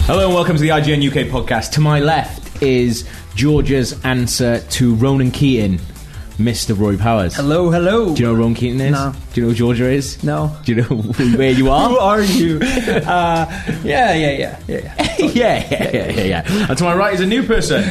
Hello and welcome to the IGN UK podcast. To my left is George's answer to Ronan Keaton, Mr. Roy Powers. Hello, hello. Do you know who Ronan Keaton is? No. Do you know who Georgia is? No. Do you know where you are? Who are you? Uh, yeah, yeah, yeah, yeah, yeah. yeah, yeah, yeah, yeah, yeah. And to my right is a new person.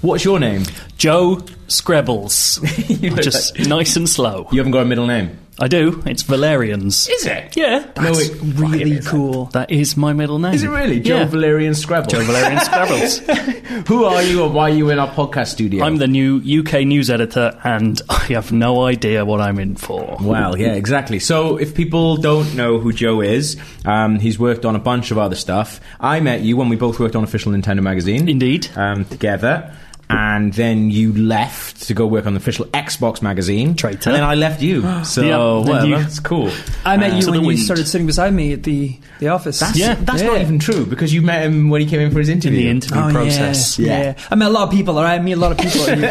What's your name? Joe Screbbles. look Oh, Just nice and slow. You haven't got a middle name. I do. It's Valerians. Is it? Yeah. No, it Really cool. That is my middle name. Is it really? Joe yeah. Valerian Scrabble. Joe Valerian Screbbles. Who are you and why are you in our podcast studio? I'm the new UK news editor, and I have no idea what I'm in for. Well, yeah, exactly. So, if people don't know who Joe is, um, he's worked on a bunch of other stuff. I met you when we both worked on Official Nintendo Magazine. Indeed. Um, together. And then you left to go work on the official Xbox magazine. Traitor. And then I left you. So, Yeah, and whatever. you- That's cool. I met you Uh, to when the you wind. started sitting beside me at the, the office. Yeah. That's not even true because you met him when he came in for his in interview. the interview Oh, process. Yeah, Yeah. yeah. I met a lot of people, all right? I meet a lot of people. You, you know,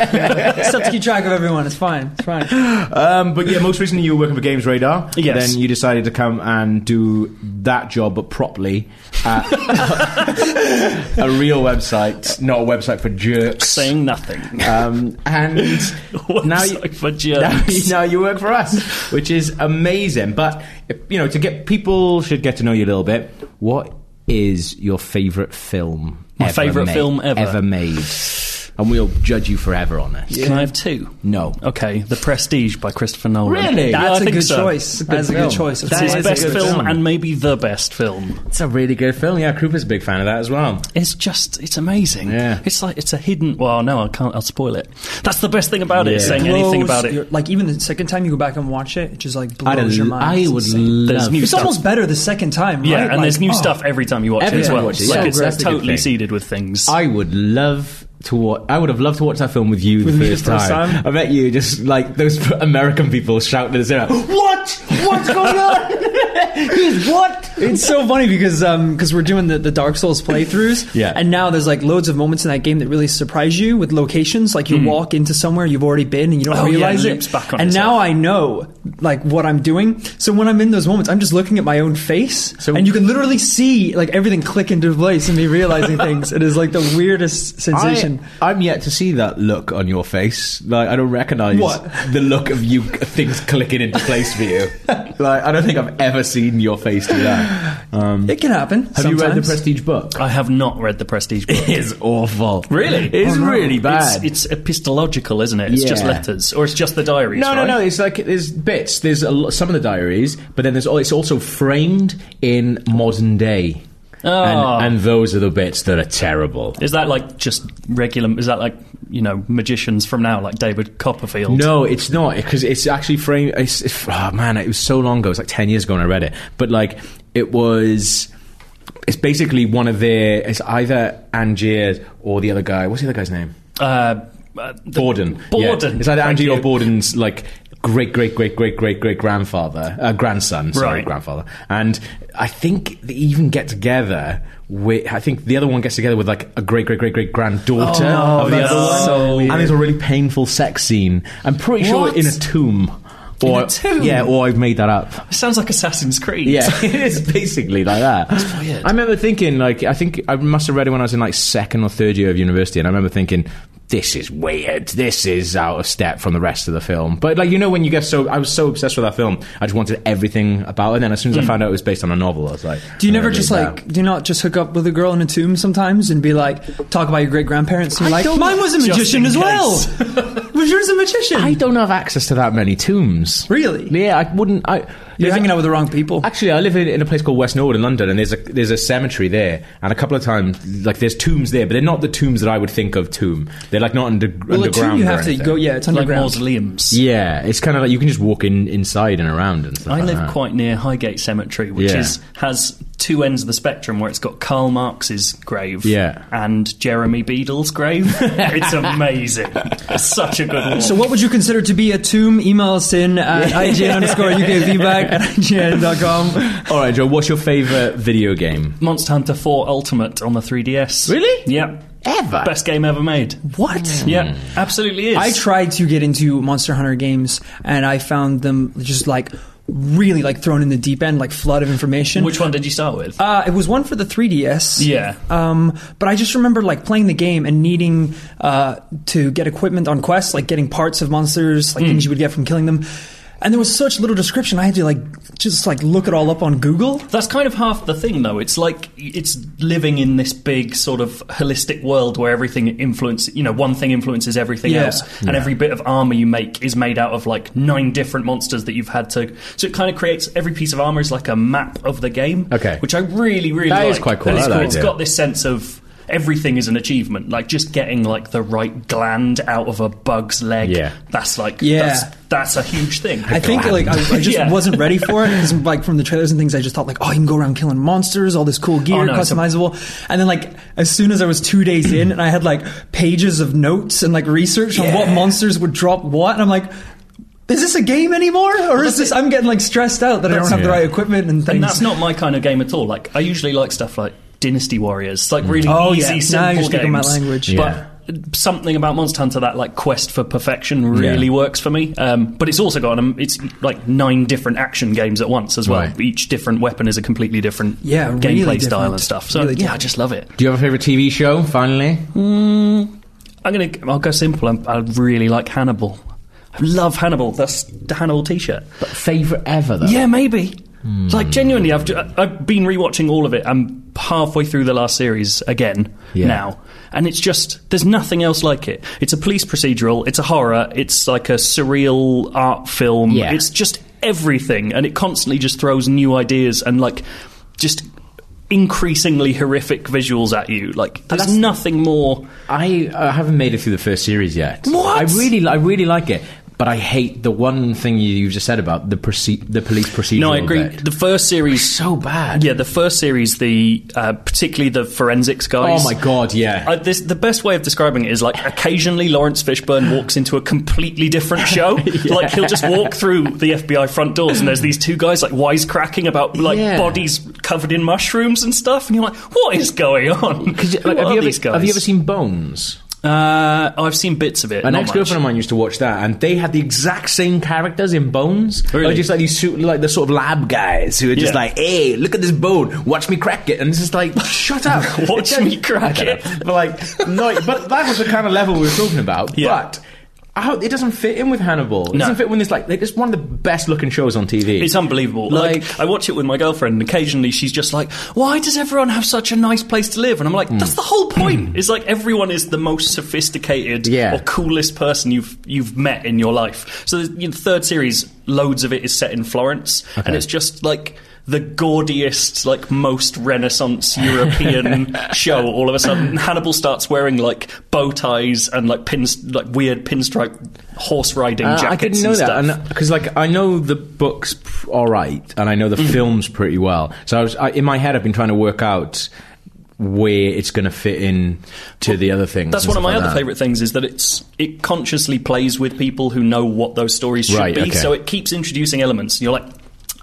it's tough to keep track of everyone. It's fine. It's fine. Um, but yeah, most recently you were working for Games Radar. Yes. Then you decided to come and do that job, but properly. At a real website, not a website for jerks. Saying nothing. Um, and now you, Website for now, you- jerks. now you work for us, which is amazing. But you know, to get people should get to know you a little bit. What is your favorite film? My ever favourite made- film ever? ever made, and we'll judge you forever on it. Can I have two? No. Okay, The Prestige by Christopher Nolan. Really? Yeah, I That's a think good so. choice. good That's a good film. choice. Of That It's is his course. a best good film, film. and maybe the best film. It's a really good film. Yeah, Krupa's a big fan of that as well. It's just, it's amazing. Yeah. It's like, it's a hidden, well, no, I can't, I'll spoil it. That's the best thing about it, Yeah. saying anything Blows about it. your- like even the second time you go back and watch it, it just like blows I'd, your mind. I It's would insane. love. There's new It's stuff. almost better the second time, Yeah, right? and Like, there's new oh. stuff every time you watch Every it as time you well. watch it, Like yeah. it's That's the good totally thing. seeded with things. I would love to watch. I would have loved to watch that film with you the me the first, first time. time? I met you just like those American people shouting at us. they're like, What? What's going on? He's what? It's so funny because um because we're doing the, the Dark Souls playthroughs, Yeah. And now there's like loads of moments in that game that really surprise you with locations. Like you Hmm. walk into somewhere you've already been and you don't Oh, yeah, realize it it. loops back on and itself. now I know like what I'm doing. So when I'm in those moments, I'm just looking at my own face, and you can literally see like everything click into place and me realizing things. It is like the weirdest sensation. I, am yet to see that look on your face. Like I don't recognize What? the look of you things clicking into place for you. like I don't think I've ever seen your face do that. Um, it can happen. have you read the sometimes. Prestige book? I have not read the Prestige book. It is awful. Really? It's Oh, no. really bad. It's, it's epistological, isn't it? It's just Yeah. letters, or it's just the diaries. No, right? no, no. It's like there's bits. There's a lot, some of the diaries, but then there's all, it's also framed in modern day, Oh. and, and those are the bits that are terrible. Is that like just regular? Is that like you know magicians from now, like David Copperfield? No, it's not because it's actually framed. It's, it's, oh man, it was so long ago. It was like ten years ago when I read it. But like, it was. It's basically one of their. It's either Angiers or the other guy. What's the other guy's name? Uh, uh, the- Borden. Borden. Yeah. It's either Thank Angie or you. Borden's like great great great great great great grandfather, uh, grandson. Sorry, Right. grandfather. And I think they even get together. With, I think the other one gets together with like a great great great great granddaughter no, of the Oh, that's other one, so weird. and there's a really painful sex scene. I'm pretty What? sure in a tomb. Or, a tomb? Yeah, or I've made that up. It sounds like Assassin's Creed. Yeah, it's basically like that. That's weird. I remember thinking, like, I think I must have read it when I was in like second or third year of university, and I remember thinking, this is weird. This is out of step from the rest of the film. But like, you know, when you get so, I was so obsessed with that film, I just wanted everything about it. And then as soon as I found out it was based on a novel, I was like, "Oh, Do you I'm never gonna just read like do you not just hook up with a girl in a tomb sometimes and be like talk about your great grandparents and you're like mine was a just magician in as well. was yours a magician? that. I don't have access to that many tombs. Really? Yeah, I wouldn't. I You're hanging out with the wrong people. Actually, I live in, in a place called West Norwood in London, and there's a there's a cemetery there, and a couple of times, like there's tombs there, but they're not the tombs that I would think of tomb. They're like not under, well, the underground. tomb you or have to anything. go. Yeah, it's like underground. mausoleums. Yeah, it's kind of like you can just walk in inside and around and stuff. I Uh-huh. like live that. quite near Highgate Cemetery, which Yeah. is has two ends of the spectrum where it's got Karl Marx's grave Yeah. and Jeremy Beadle's grave. it's amazing. It's such a good one. So what would you consider to be a tomb? Email us in at IGN underscore UK feedback at IGN.com. All right, Joe. What's your favorite video game? Monster Hunter 4 Ultimate on the 3DS. Really? Yep. Ever? Best game ever made. What? Yeah, absolutely is. I tried to get into Monster Hunter games and I found them just like really like thrown in the deep end, like flood of information. Which one did you start with? Uh, it was one for the 3DS. Yeah. Um, but I just remember like playing the game and needing uh, to get equipment on quests, like getting parts of monsters, like things you would get from killing them. And there was such little description. I had to like just like look it all up on Google. That's kind of half the thing, though. It's like it's living in this big sort of holistic world where everything influences, you know, one thing influences everything Yeah. else, and every bit of armor you make is made out of like nine different monsters that you've had to. So it kind of creates every piece of armor is like a map of the game. Okay. which I really, really That like. is quite cool. I And It's, like that it's idea. got this sense of. Everything is an achievement. Like just getting like the right gland out of a bug's leg. Yeah. that's like Yeah. that's, that's a huge thing. I think like I, I just Yeah. wasn't ready for it 'cause, like from the trailers and things I just thought like oh you can go around killing monsters all this cool gear Oh, no, it's a- customizable and then like as soon as I was two days in and I had like pages of notes and like research on what monsters would drop what and I'm like is this a game anymore or is this I'm getting like stressed out that I don't have the yeah. right equipment and things And that's not my kind of game at all. Like I usually like stuff like Dynasty Warriors, like really Oh, easy, yeah. simple Now you're speaking games. my language. Yeah. But something about Monster Hunter, that like quest for perfection, really Yeah. works for me. Um, but it's also got um, it's like nine different action games at once as well. Right. Each different weapon is a completely different Yeah, really gameplay style different. and stuff. So yeah, I Really different. just love it. Do you have a favorite TV show? Finally, I'm gonna I'll go simple. I'm, I really like Hannibal. I love Hannibal. That's the Hannibal T-shirt. favorite ever though. Yeah, maybe. Hmm. Like genuinely, I've ju- I've been rewatching all of it. I'm halfway through the last series again Yeah. now, and it's just there's nothing else like it. It's a police procedural. It's a horror. It's like a surreal art film. Yeah. It's just everything, and it constantly just throws new ideas and like just increasingly horrific visuals at you. Like there's nothing more. I uh, haven't made it through the first series yet. What? I really, I really like it, but I hate the one thing you, you just said about the proce- the police procedure. No, I agree. The first series so bad. Yeah, the first series, the uh, particularly the forensics guys. Oh my god. Yeah. Uh, this, the best way of describing it is like occasionally Lawrence Fishburne walks into a completely different show. Like he'll just walk through the FBI front doors, and there's these two guys like wisecracking about like Yeah. bodies covered in mushrooms and stuff, and you're like, what is going on? Because, Who like, have, are you ever, these guys? have you ever seen Bones? Uh, oh, I've seen bits of it. An not ex girlfriend of much. mine used to watch that, and they had the exact same characters in Bones. They were Really? just like these suit, like the sort of lab guys who are just Yeah. like, "Hey, look at this bone. Watch me crack it." And it's just like, "Shut up, Watch It's- me crack I don't it. know. But like, no, but that was the kind of level we were talking about. Yeah. But. I hope it doesn't fit in with Hannibal. It No. doesn't fit with this like it's one of the best looking shows on TV. It's unbelievable. Like, Like- I watch it with my girlfriend, and occasionally she's just like, "Why does everyone have such a nice place to live?" And I'm like, Hmm. "That's the whole point. It's like everyone is the most sophisticated Yeah. or coolest person you've you've met in your life." So the you know, third series, loads of it is set in Florence, and it's just like. The gaudiest, like most Renaissance European show. All of a sudden, Hannibal starts wearing like bow ties and like pins, like weird pinstripe horse riding Uh, jackets. I didn't know and that stuff. because, like, I know the books p- all right, and I know the Mm-hmm. films pretty well. So I was I, in my head, I've been trying to work out where it's going to fit in to the other things. That's and one of stuff my like other that. favourite things is that it's it consciously plays with people who know what those stories should Right, be. okay. So it keeps introducing elements. And you're like,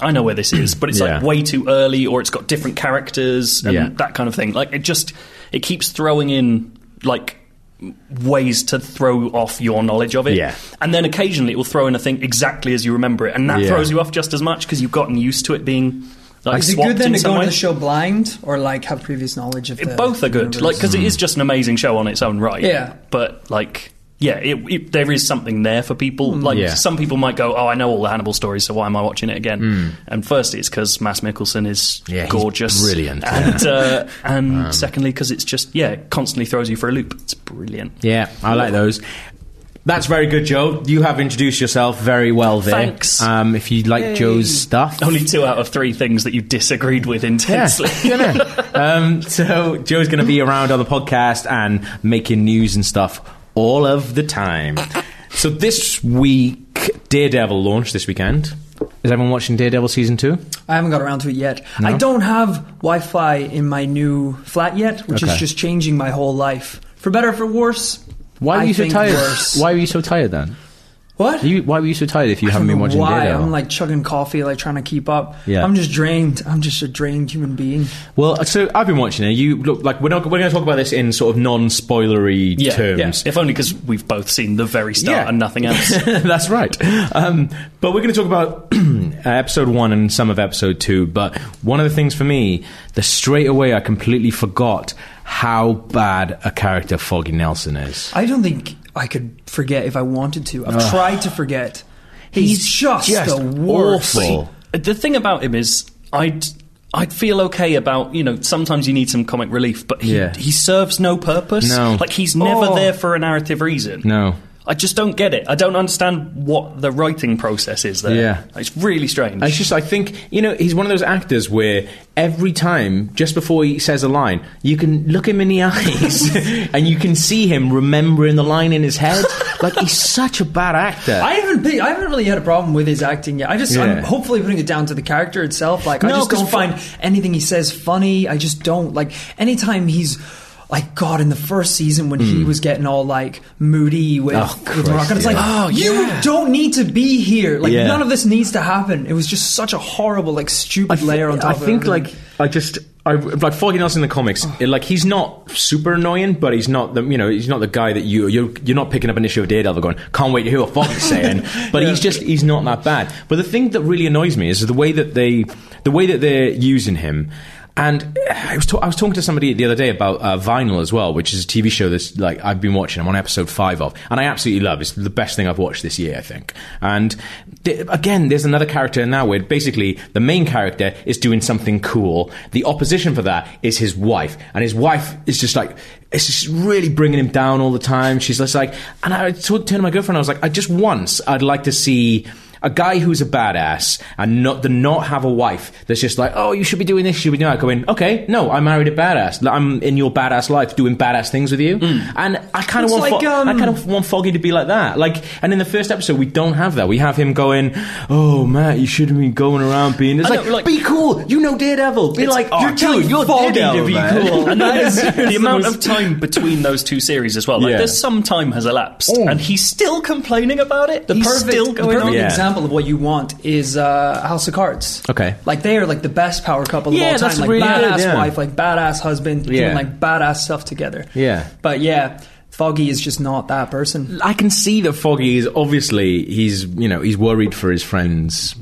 I know where this is, but it's like Yeah. way too early, or it's got different characters and Yeah. that kind of thing. Like it just it keeps throwing in like ways to throw off your knowledge of it. Yeah. And then occasionally it will throw in a thing exactly as you remember it, and that Yeah. throws you off just as much because you've gotten used to it being. Like, is it swapped good then in to some go way. into the show blind or like have previous knowledge of the both are good universe? like because it is just an amazing show on its own right Yeah. but like yeah it, it, there is something there for people Mm. like Yeah. some people might go oh i know all the hannibal stories so why am i watching it again and first it's because mass mickelson is Mm. Yeah, he's gorgeous brilliant, Um, and, uh, and secondly because it's just yeah it constantly throws you for a loop it's brilliant Yeah, I like those. That's very good, Joe. You have introduced yourself very well there. Thanks. Oh, Um, if you like Joe's stuff, only two out of three things that you disagreed with Yeah, intensely yeah, no. um, so Joe's going to be around on the podcast and making news and stuff all of the time. So this week, Daredevil launched this weekend. Is everyone watching Daredevil season two? I haven't got around to it yet. I don't have Wi-Fi in my new flat yet, which Okay. is just changing my whole life for better for worse. Why were I you so think tired? Worse. Why were you so tired then? What? You, why were you so tired if you haven't been watching why? Daredevil? I'm like chugging coffee, like trying to keep up. Yeah. I'm just drained. I'm just a drained human being. well, so I've been watching it. You look like we're not we're going to talk about this in sort of non-spoilery Yeah, terms. yeah. If only because we've both seen the very start Yeah. and nothing else. That's right. Um, but we're going to talk about uh, episode one and some of episode two. But one of the things for me, the straight away I completely forgot how bad a character Foggy Nelson is. I don't think I could forget if I wanted to. I've tried to forget. He's, just, the worst. awful. The thing about him is, I'd I'd feel okay about you know sometimes you need some comic relief, but he Yeah. he serves no purpose. No. like he's never Oh. there for a narrative reason. No. I just don't get it. I don't understand what the writing process is there. Yeah. it's really strange. It's just, I think, you know, he's one of those actors where every time, just before he says a line, you can look him in the eyes and you can see him remembering the line in his head. like, he's such a bad actor. I haven't been, I haven't really had a problem with his acting yet. I just Yeah. I'm hopefully putting it down to the character itself. Like I No, just 'cause don't fu- find anything he says funny. I just don't like anytime he's like God in the first season when he was getting all like moody with, Hmm. Oh, with Morocco. Christ, It's like yeah. you don't need to be here. Like Yeah. none of this needs to happen. It was just such a horrible like stupid I layer on thi- top. I of think everything. like I just I like Foggy Nelson in the comics. it- like he's not super annoying, but he's not the you know he's not the guy that you you're, you're not picking up an issue of Daredevil going can't wait to hear what Foggy's saying. But he's just he's not that bad. But the thing that really annoys me is the way that they the way that they're using him. And eh, I was, ta- I was talking to somebody the other day about uh, Vinyl as well, which is a TV show that's like I've been watching. I'm on episode five of, and I absolutely love. it. It's the best thing I've watched this year, I think. And th- again, there's another character in that where basically the main character is doing something cool. The opposition for that is his wife, and his wife is just like it's just really bringing him down all the time. She's just like, and I told turned to my girlfriend, I was like, I just once I'd like to see a guy who's a badass and not the not have a wife that's just like, oh, you should be doing this, you should be doing that. Going, okay, no, I married a badass. Like, I'm in your badass life, doing badass things with you. And I kind of Mm. It's want, like, Fo- um, I kind of want Foggy to be like that. Like, and in the first episode, we don't have that. We have him going, oh, Matt, you shouldn't be going around being. It's I like, know, like- be cool. You know Daredevil. Be like, oh, you're dude, you're Foggy to Daredevil, be man." cool. And that is the amount most- of time between those two series as well. Like, Yeah. there's some time has elapsed, and he's still complaining about it. The he's perfect, still the going perfect on. Yeah. example of what you want is uh, House of Cards. Okay. like they are like the best power couple Yeah, of all time. that's like really good, badass yeah. wife, like badass husband, Yeah. doing like badass stuff together. Yeah. but yeah, Foggy is just not that person. I can see that Foggy is obviously he's you know he's worried for his friends.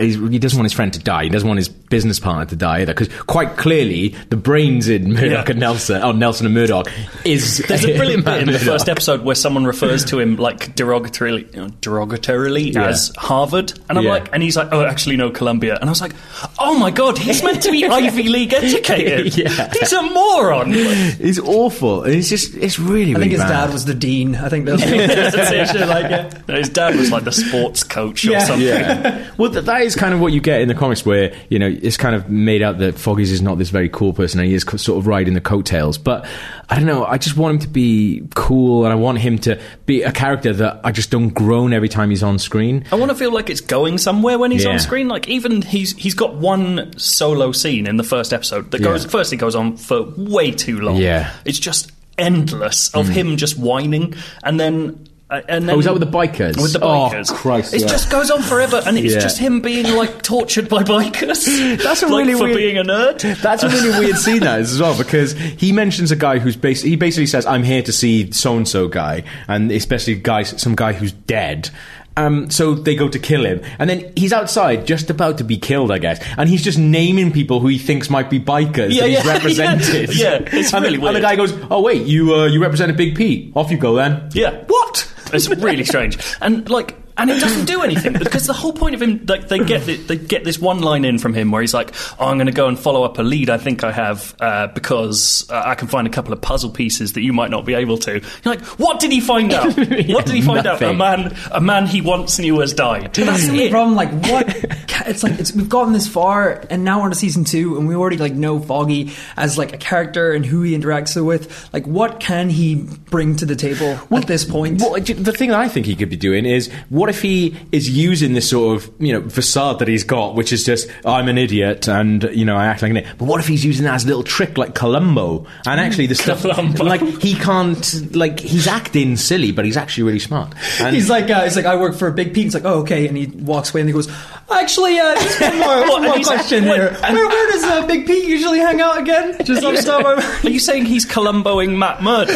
He's, he doesn't want his friend to die. He doesn't want his business partner to die either. Because quite clearly, the brains in Murdoch Yeah. and Nelson, oh Nelson and Murdoch, is There's a brilliant bit in the Murdoch. first episode where someone refers to him like derogatorily, derogatorily Yeah. as Harvard, and I'm Yeah. like, and he's like, oh, actually no, Columbia, and I was like, oh my god, he's meant to be Ivy League educated. Yeah. He's a moron. It's awful. It's just it's really. I think really his bad. dad was the dean. I think that's Presentation, like, yeah. His dad was like the sports coach or Yeah. something. yeah. Well, th- that is kind of what you get in the comics, where you know it's kind of made out that Foggy's is not this very cool person, and he is co- sort of riding the coattails. But I don't know. I just want him to be cool, and I want him to be a character that I just don't groan every time he's on screen. I want to feel like it's going somewhere when he's Yeah. on screen. Like even he's he's got one solo scene in the first episode that goes Yeah. firstly goes on for way too long. Yeah. Hmm. it's just endless of him just whining, and then uh, and then Oh, is that with the bikers? With the Oh, bikers, Christ, It yeah. just goes on forever, and it's Yeah. just him being like tortured by bikers. That's a like, really for weird- being a nerd. That's a really weird scene that is as well because he mentions a guy who's basically he basically says I'm here to see so and so guy and especially guys some guy who's dead. Um, so they go to kill him, and then he's outside, just about to be killed, I guess. And he's just naming people who he thinks might be bikers Yeah, that he's yeah, represented. yeah. Yeah, it's and really the, And the weird. guy goes, "Oh wait, you uh, you represent a big P. Off you go then." Yeah. What? It's really strange. And like and it doesn't do anything because the whole point of him like they get the, they get this one line in from him where he's like, "Oh, I'm going to go and follow up a lead I think I have uh, because uh, I can find a couple of puzzle pieces that you might not be able to." You're like, "What did he find out? what did he find out? A nothing. man a man he once knew has died." That's the only It- problem. Like, what? ca- It's like it's, we've gotten this far, and now we're on to season two, and we already like know Foggy as like a character and who he interacts with. Like, what can he bring to the table at this point? Well, the thing that I think he could be doing is what if he is using this sort of you know facade that he's got, which is just I'm an idiot and you know I act like an idiot. But what if he's using that as a little trick, like Columbo? And actually, the stuff Columbo. like he can't like he's acting silly, but he's actually really smart. And He's like, uh, he's like, I work for a big peak. He's like, oh, okay. And he walks away and he goes, actually, uh, just one more, one more question here. Where, where does uh, Big Pete usually hang out again? Just on Are you saying he's Columboing Matt Murdock?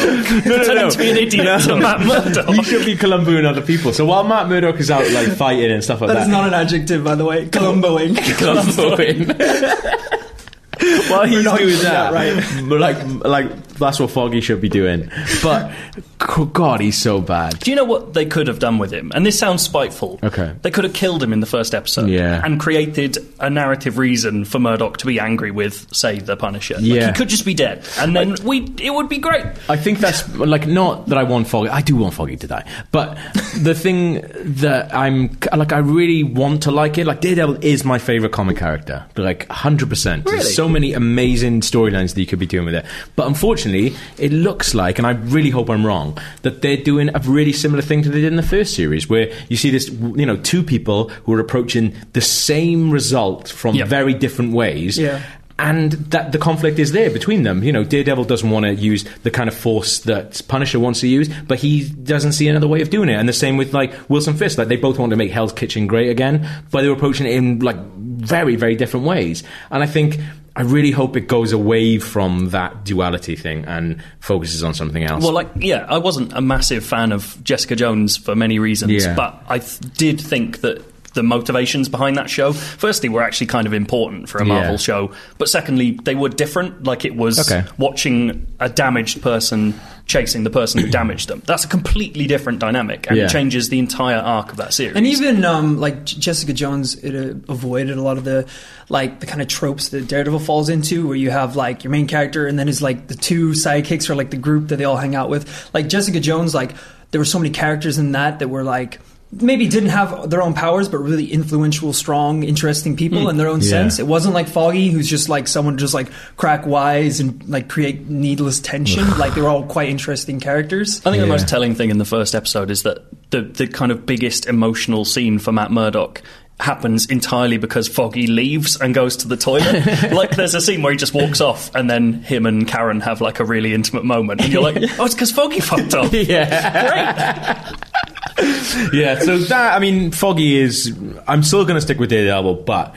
Pretending no. to be an idiot No. to Matt he Murdock. should be Columbo and other people. So while Matt Murdock is out like fighting and stuff like That that, is not an adjective, by the way. Columboing. Columboing. While he's not doing doing that, that right. like, like that's what Foggy should be doing. But co- God, he's so bad. Do you know what they could have done with him? And this sounds spiteful. Okay. They could have killed him in the first episode Yeah. and created a narrative reason for Murdoch to be angry with, say, the Punisher. Like, Yeah. he could just be dead. And then we it would be great. I think that's like not that I want Foggy. I do want Foggy to die, but the thing that I'm like, I really want to like it. Like Daredevil is my favorite comic character, like hundred percent. There's so many amazing storylines that you could be doing with it, but unfortunately, it looks like, and I really hope I'm wrong, that they're doing a really similar thing to they did in the first series, where you see this, you know, two people who are approaching the same result from Yep. very different ways, Yeah. and that the conflict is there between them. You know, Daredevil doesn't want to use the kind of force that Punisher wants to use, but he doesn't see another way of doing it. And the same with like Wilson Fisk, like they both want to make Hell's Kitchen great again, but they were approaching it in like very, very different ways. And I think I really hope it goes away from that duality thing and focuses on something else. Well, like, yeah, I wasn't a massive fan of Jessica Jones for many reasons, Yeah. but I th- did think that the motivations behind that show, firstly, were actually kind of important for a Yeah. Marvel show, but secondly, they were different. Like, it was Okay. watching a damaged person chasing the person who damaged them. That's a completely different dynamic, and Yeah. it changes the entire arc of that series. And even um, like J- Jessica Jones, it uh, avoided a lot of the like the kind of tropes that Daredevil falls into, where you have like your main character and then is like the two sidekicks or like the group that they all hang out with. Like Jessica Jones, like there were so many characters in that that were like maybe didn't have their own powers, but really influential, strong, interesting people in their own Yeah. sense. It wasn't like Foggy, who's just like someone just like crack wise and like create needless tension. like they were all quite interesting characters. I think the Yeah. most telling thing in the first episode is that the the kind of biggest emotional scene for Matt Murdock happens entirely because Foggy leaves and goes to the toilet. like there's a scene where he just walks off and then him and Karen have like a really intimate moment and you're like, "Oh, it's cuz Foggy fucked up." yeah, so that I mean, Foggy is. I'm still going to stick with Daredevil, but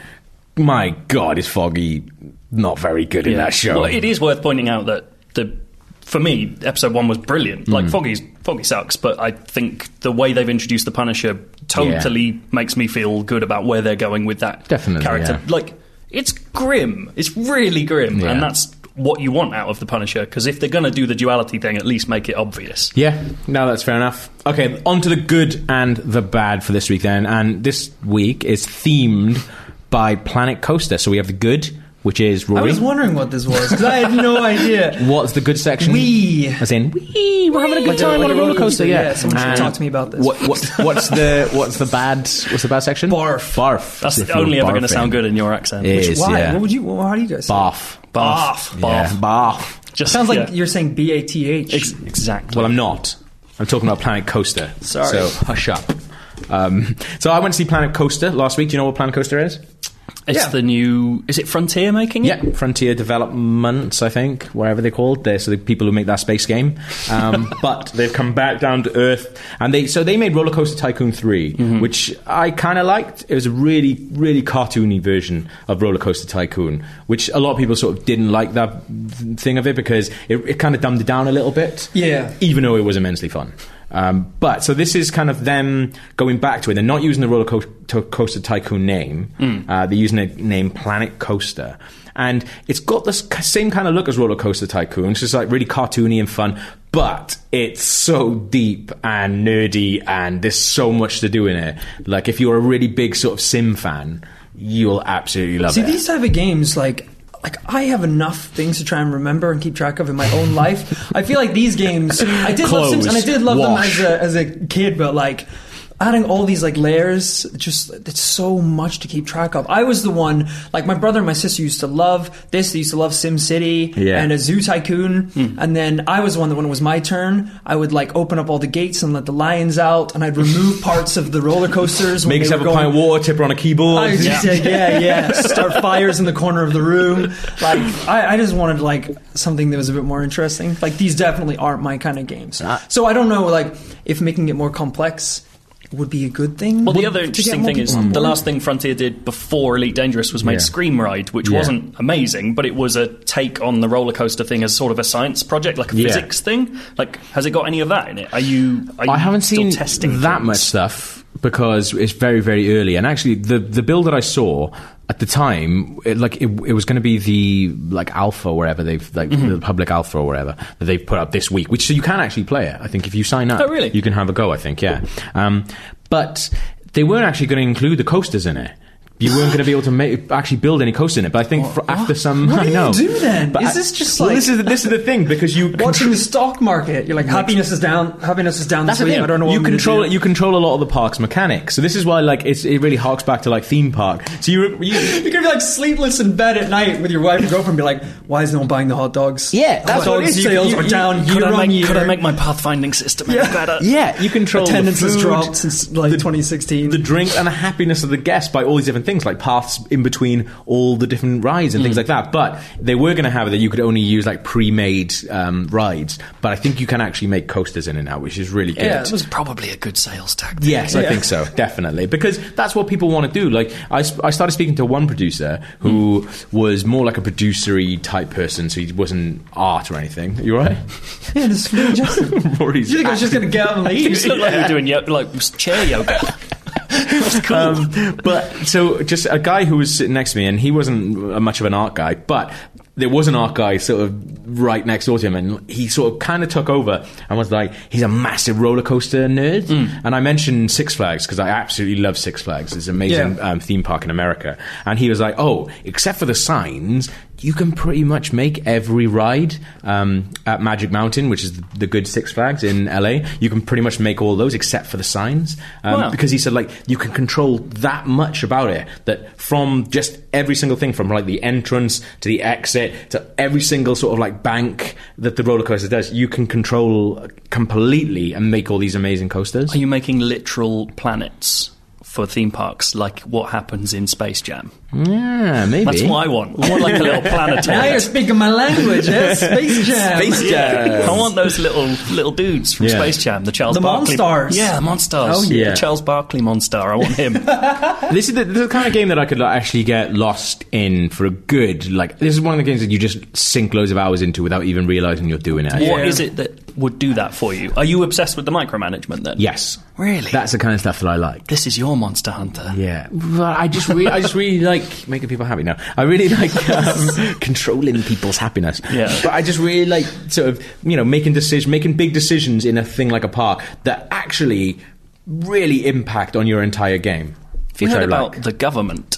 my God, is Foggy not very good in that show? Well, it is worth pointing out that the for me, episode one was brilliant. Hmm. Like Foggy's Foggy sucks, but I think the way they've introduced the Punisher totally makes me feel good about where they're going with that Definitely, character. yeah. Like it's grim. It's really grim, Yeah. and that's what you want out of the Punisher. Because if they're going to do the duality thing, at least make it obvious. Yeah, no, that's fair enough. Okay, on to the good and the bad for this week then. And this week is themed by Planet Coaster. So we have the good, which is I Rory. was wondering what this was because I had no idea. What's the good section? We. As in, wee, we're having a good Like a- time on like a roller a roller coaster. coaster, Yeah, yeah, someone should And talk to me about this. What, what, what's the what's the bad what's the bad section? Barf. barf. That's As if only you're ever going to barfing. sound good in your accent. It Which- is, Why? yeah. What would you? Well, how do you guys? Say? it? Barf. Barf. Yeah, barf. Just Sounds like yeah. you're saying B A T H. Ex- exactly. Well, I'm not. I'm talking about Planet Coaster. Sorry. So hush up. Um, so I went to see Planet Coaster last week. Do you know what Planet Coaster is? it's the new. Is it Frontier making it? Yeah, Frontier Developments, I think, whatever they're called. They're so the people who make that space game. Um, but they've come back down to earth, and they so they made Roller Coaster Tycoon 3 which I kind of liked. It was a really, really cartoony version of Roller Coaster Tycoon, which a lot of people sort of didn't like that th- thing of it because it, it kind of dumbed it down a little bit. Yeah. even though it was immensely fun. Um, but so this is kind of them going back to it. They're not using the roller co- to- coaster tycoon name. Hmm. Uh, they're using a name Planet Coaster, and it's got this k- same kind of look as Roller Coaster Tycoon. It's just like really cartoony and fun, but it's so deep and nerdy, and there's so much to do in it. Like if you're a really big sort of sim fan, you'll absolutely love See it. these type of games, like like I have enough things to try and remember and keep track of in my own life. I feel like these games. I did love Sims, and I Close, did love wash. them as a as a kid, but like. adding all these like layers, just it's so much to keep track of. I was the one like my brother and my sister used to love this. They used to love Sim City Yeah. Hmm. and a Zoo Tycoon, and then I was the one that when it was my turn, I would like open up all the gates and let the lions out, and I'd remove parts of the roller coasters. when Make us they have a were going- pint of water, tip her on a keyboard. I was just like, Oh, yeah, yeah. Start fires in the corner of the room. Like, I, I just wanted like something that was a bit more interesting. Like, these definitely aren't my kind of games. So I don't know, like, if making it more complex would be a good thing. Well, the Would- other to get interesting more thing is people on the board. last thing Frontier did before Elite Dangerous was made Yeah. Scream Ride, which Yeah. wasn't amazing, but it was a take on the roller coaster thing as sort of a science project, like a Yeah. physics thing. Like, has it got any of that in it? Are you? Are you I haven't still seen testing that things? much stuff because it's very very early. And actually, the the build that I saw at the time, it, like it, it was going to be the like alpha or whatever they've like Mm-hmm. the public alpha or whatever that they've put up this week. Which so you can actually play it. I think if you sign up, Oh, really? you can have a go. I think yeah. Um, but they weren't actually going to include the coasters in it. You weren't going to be able to make, actually build any coasters in it, but I think for after some, What I do you know. do then? But Is I- this just well, like- this is the, this is the thing because you watching the stock market, you're like, happiness is down. Happiness is down that's this the week. thing. I don't know. What you I'm gonna control do. it. You control a lot of the park's mechanics. So this is why, like, it's, it really harks back to like theme park. So you, you You're gonna be like sleepless in bed at night with your wife and girlfriend, and be like, "Why is no one buying the hot dogs? Yeah, that's what it hot dog is. You- sales you- are you- down Could year I, on make, year. could I make my pathfinding system any Yeah. better? yeah, you control attendance the has food, dropped since like 2016. the drink and the happiness of the guest by all these different things, like paths in between all the different rides and things Mm. like that. But they were going to have it that you could only use like pre-made um, rides. But I think you can actually make coasters in and out, which is really good. Yeah, That was probably a good sales tactic. Yes, I think so, definitely, because that's what people want to do. Like, I, s- I started speaking to one producer who Hmm. was more like a producery type person, so he wasn't art or anything. You all right? yeah, this is Justin. Rory's You think I was just acting. gonna get up and You leave? look like you're doing yo- like chair yoga. That's cool. Um, but so just a guy who was sitting next to me, and he wasn't uh, much of an art guy, but there was an art guy sort of right next door to him, and he sort of kind of took over and was like, he's a massive roller coaster nerd. And I mentioned Six Flags because I absolutely love Six Flags. It's an amazing Yeah. um, theme park in America. And he was like, oh, except for the signs. You can pretty much make every ride um, at Magic Mountain, which is the good Six Flags in LA. You can pretty much make all those except for the signs. Um, Wow. Because he said, like, you can control that much about it that from just every single thing, from like the entrance to the exit to every single sort of like bank that the roller coaster does, you can control completely and make all these amazing coasters. Are you making literal planets for theme parks, like what happens in Space Jam? Yeah, maybe. That's what I want. I want like a little Now planetary. you're speaking my language, eh? Space Jam. Space Jam. I want those little little dudes from Yeah. Space Jam, the Charles The Barkley Monstars. Yeah, the Monstars. Oh, yeah. The Charles Barkley Monstar. I want him. this is the, the kind of game that I could like, actually get lost in for a good. Like, this is one of the games that you just sink loads of hours into without even realizing you're doing it. I think. What is it that would do that for you? Are you obsessed with the micromanagement then? Yes, Really? that's the kind of stuff that I like. This is your Monster Hunter. Yeah, well, I just re- I just really like making people happy. Now I really like um, controlling people's happiness. Yeah. but I just really like sort of you know making decision, making big decisions in a thing like a park that actually really impact on your entire game. Have you which heard I about like. the government?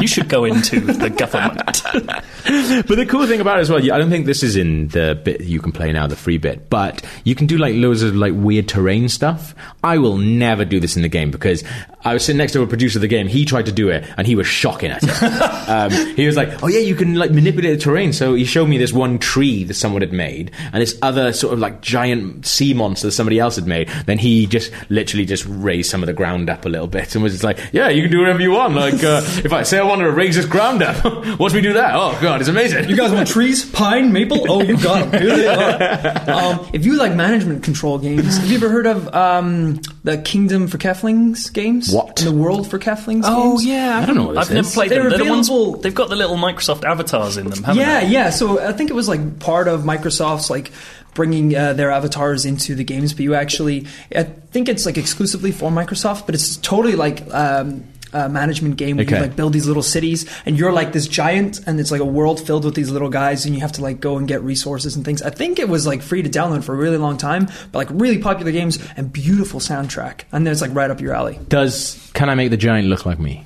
you should go into the government. but the cool thing about it as well, you- I don't think this is in the bit you can play now, the free bit, but you can do like loads of like weird terrain stuff. I will never do this in the game because I was sitting next to a producer of the game. He tried to do it and he was shocking at it. um, he was like, "Oh yeah, you can like manipulate the terrain." So he showed me this one tree that someone had made and this other sort of like giant sea monster that somebody else had made. Then he just literally just raised some of the ground up a little bit and was just like, "Yeah, you can do whatever you want." Like uh, if I say I want to raise this ground up, watch me do that. Oh god, it's amazing. You guys want trees, pine, maple? Oh, you got them. Here they are. Um, if you like management control games, have you ever heard of um, the Kingdom for Keflings games? What? Oh, And the World for Keflings games? I don't know what this I've never is. played They're them. They're the ones, available- they've got the little Microsoft avatars in them, haven't yeah, they? yeah. So I think it was like part of Microsoft's like bringing uh, their avatars into the games, but you actually, I think it's like exclusively for Microsoft, but it's totally like. Um, uh, management game where Okay. you like build these little cities and you're like this giant and it's like a world filled with these little guys and you have to like go and get resources and things i think it was like free to download for a really long time but like really popular games and beautiful soundtrack and then it's like right up your alley Does can I make the giant look like me?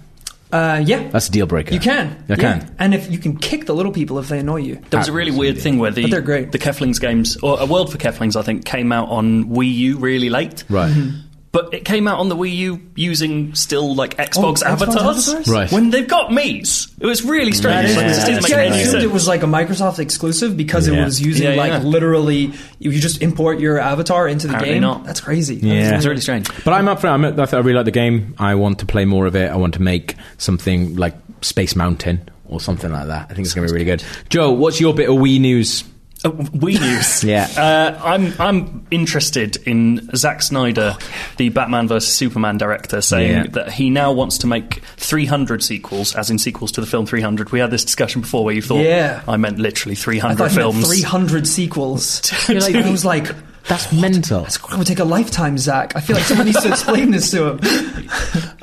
uh yeah That's a deal breaker. you can I Yeah. can. and if you can kick the little people if they annoy you There was a really weird thing where the But they're great. Mm-hmm. the Keflings games, or A World for Keflings, I think, came out on Wii U really late. Right. But it came out on the Wii U using still like Xbox Oh, Xbox avatars. avatars? Right. When they've got Mii's. It was really strange. Yeah, Like, this yeah, didn't make I any assumed sense. it was like a Microsoft exclusive because Yeah. it was using Yeah, yeah. like literally you you just import your avatar into the Apparently game. not. That's crazy. Yeah. It's really strange. But I'm up for it. I'm, I thought I really like the game. I want to play more of it. I want to make something like Space Mountain or something like that. I think it's going to be really good. Joe, what's your bit of Wii news? Uh, Wii news. Yeah. Uh, I'm I'm interested in Zack Oh, Snyder, the Batman vs Superman director, saying Yeah. that he now wants to make 300 sequels, as in sequels to the film 300. We had this discussion before where you thought, Yeah. I meant literally I 300 thought films. three hundred sequels. You're like, I was like, That's mental. that's going to take a lifetime, Zach. I feel like someone needs to explain this to him.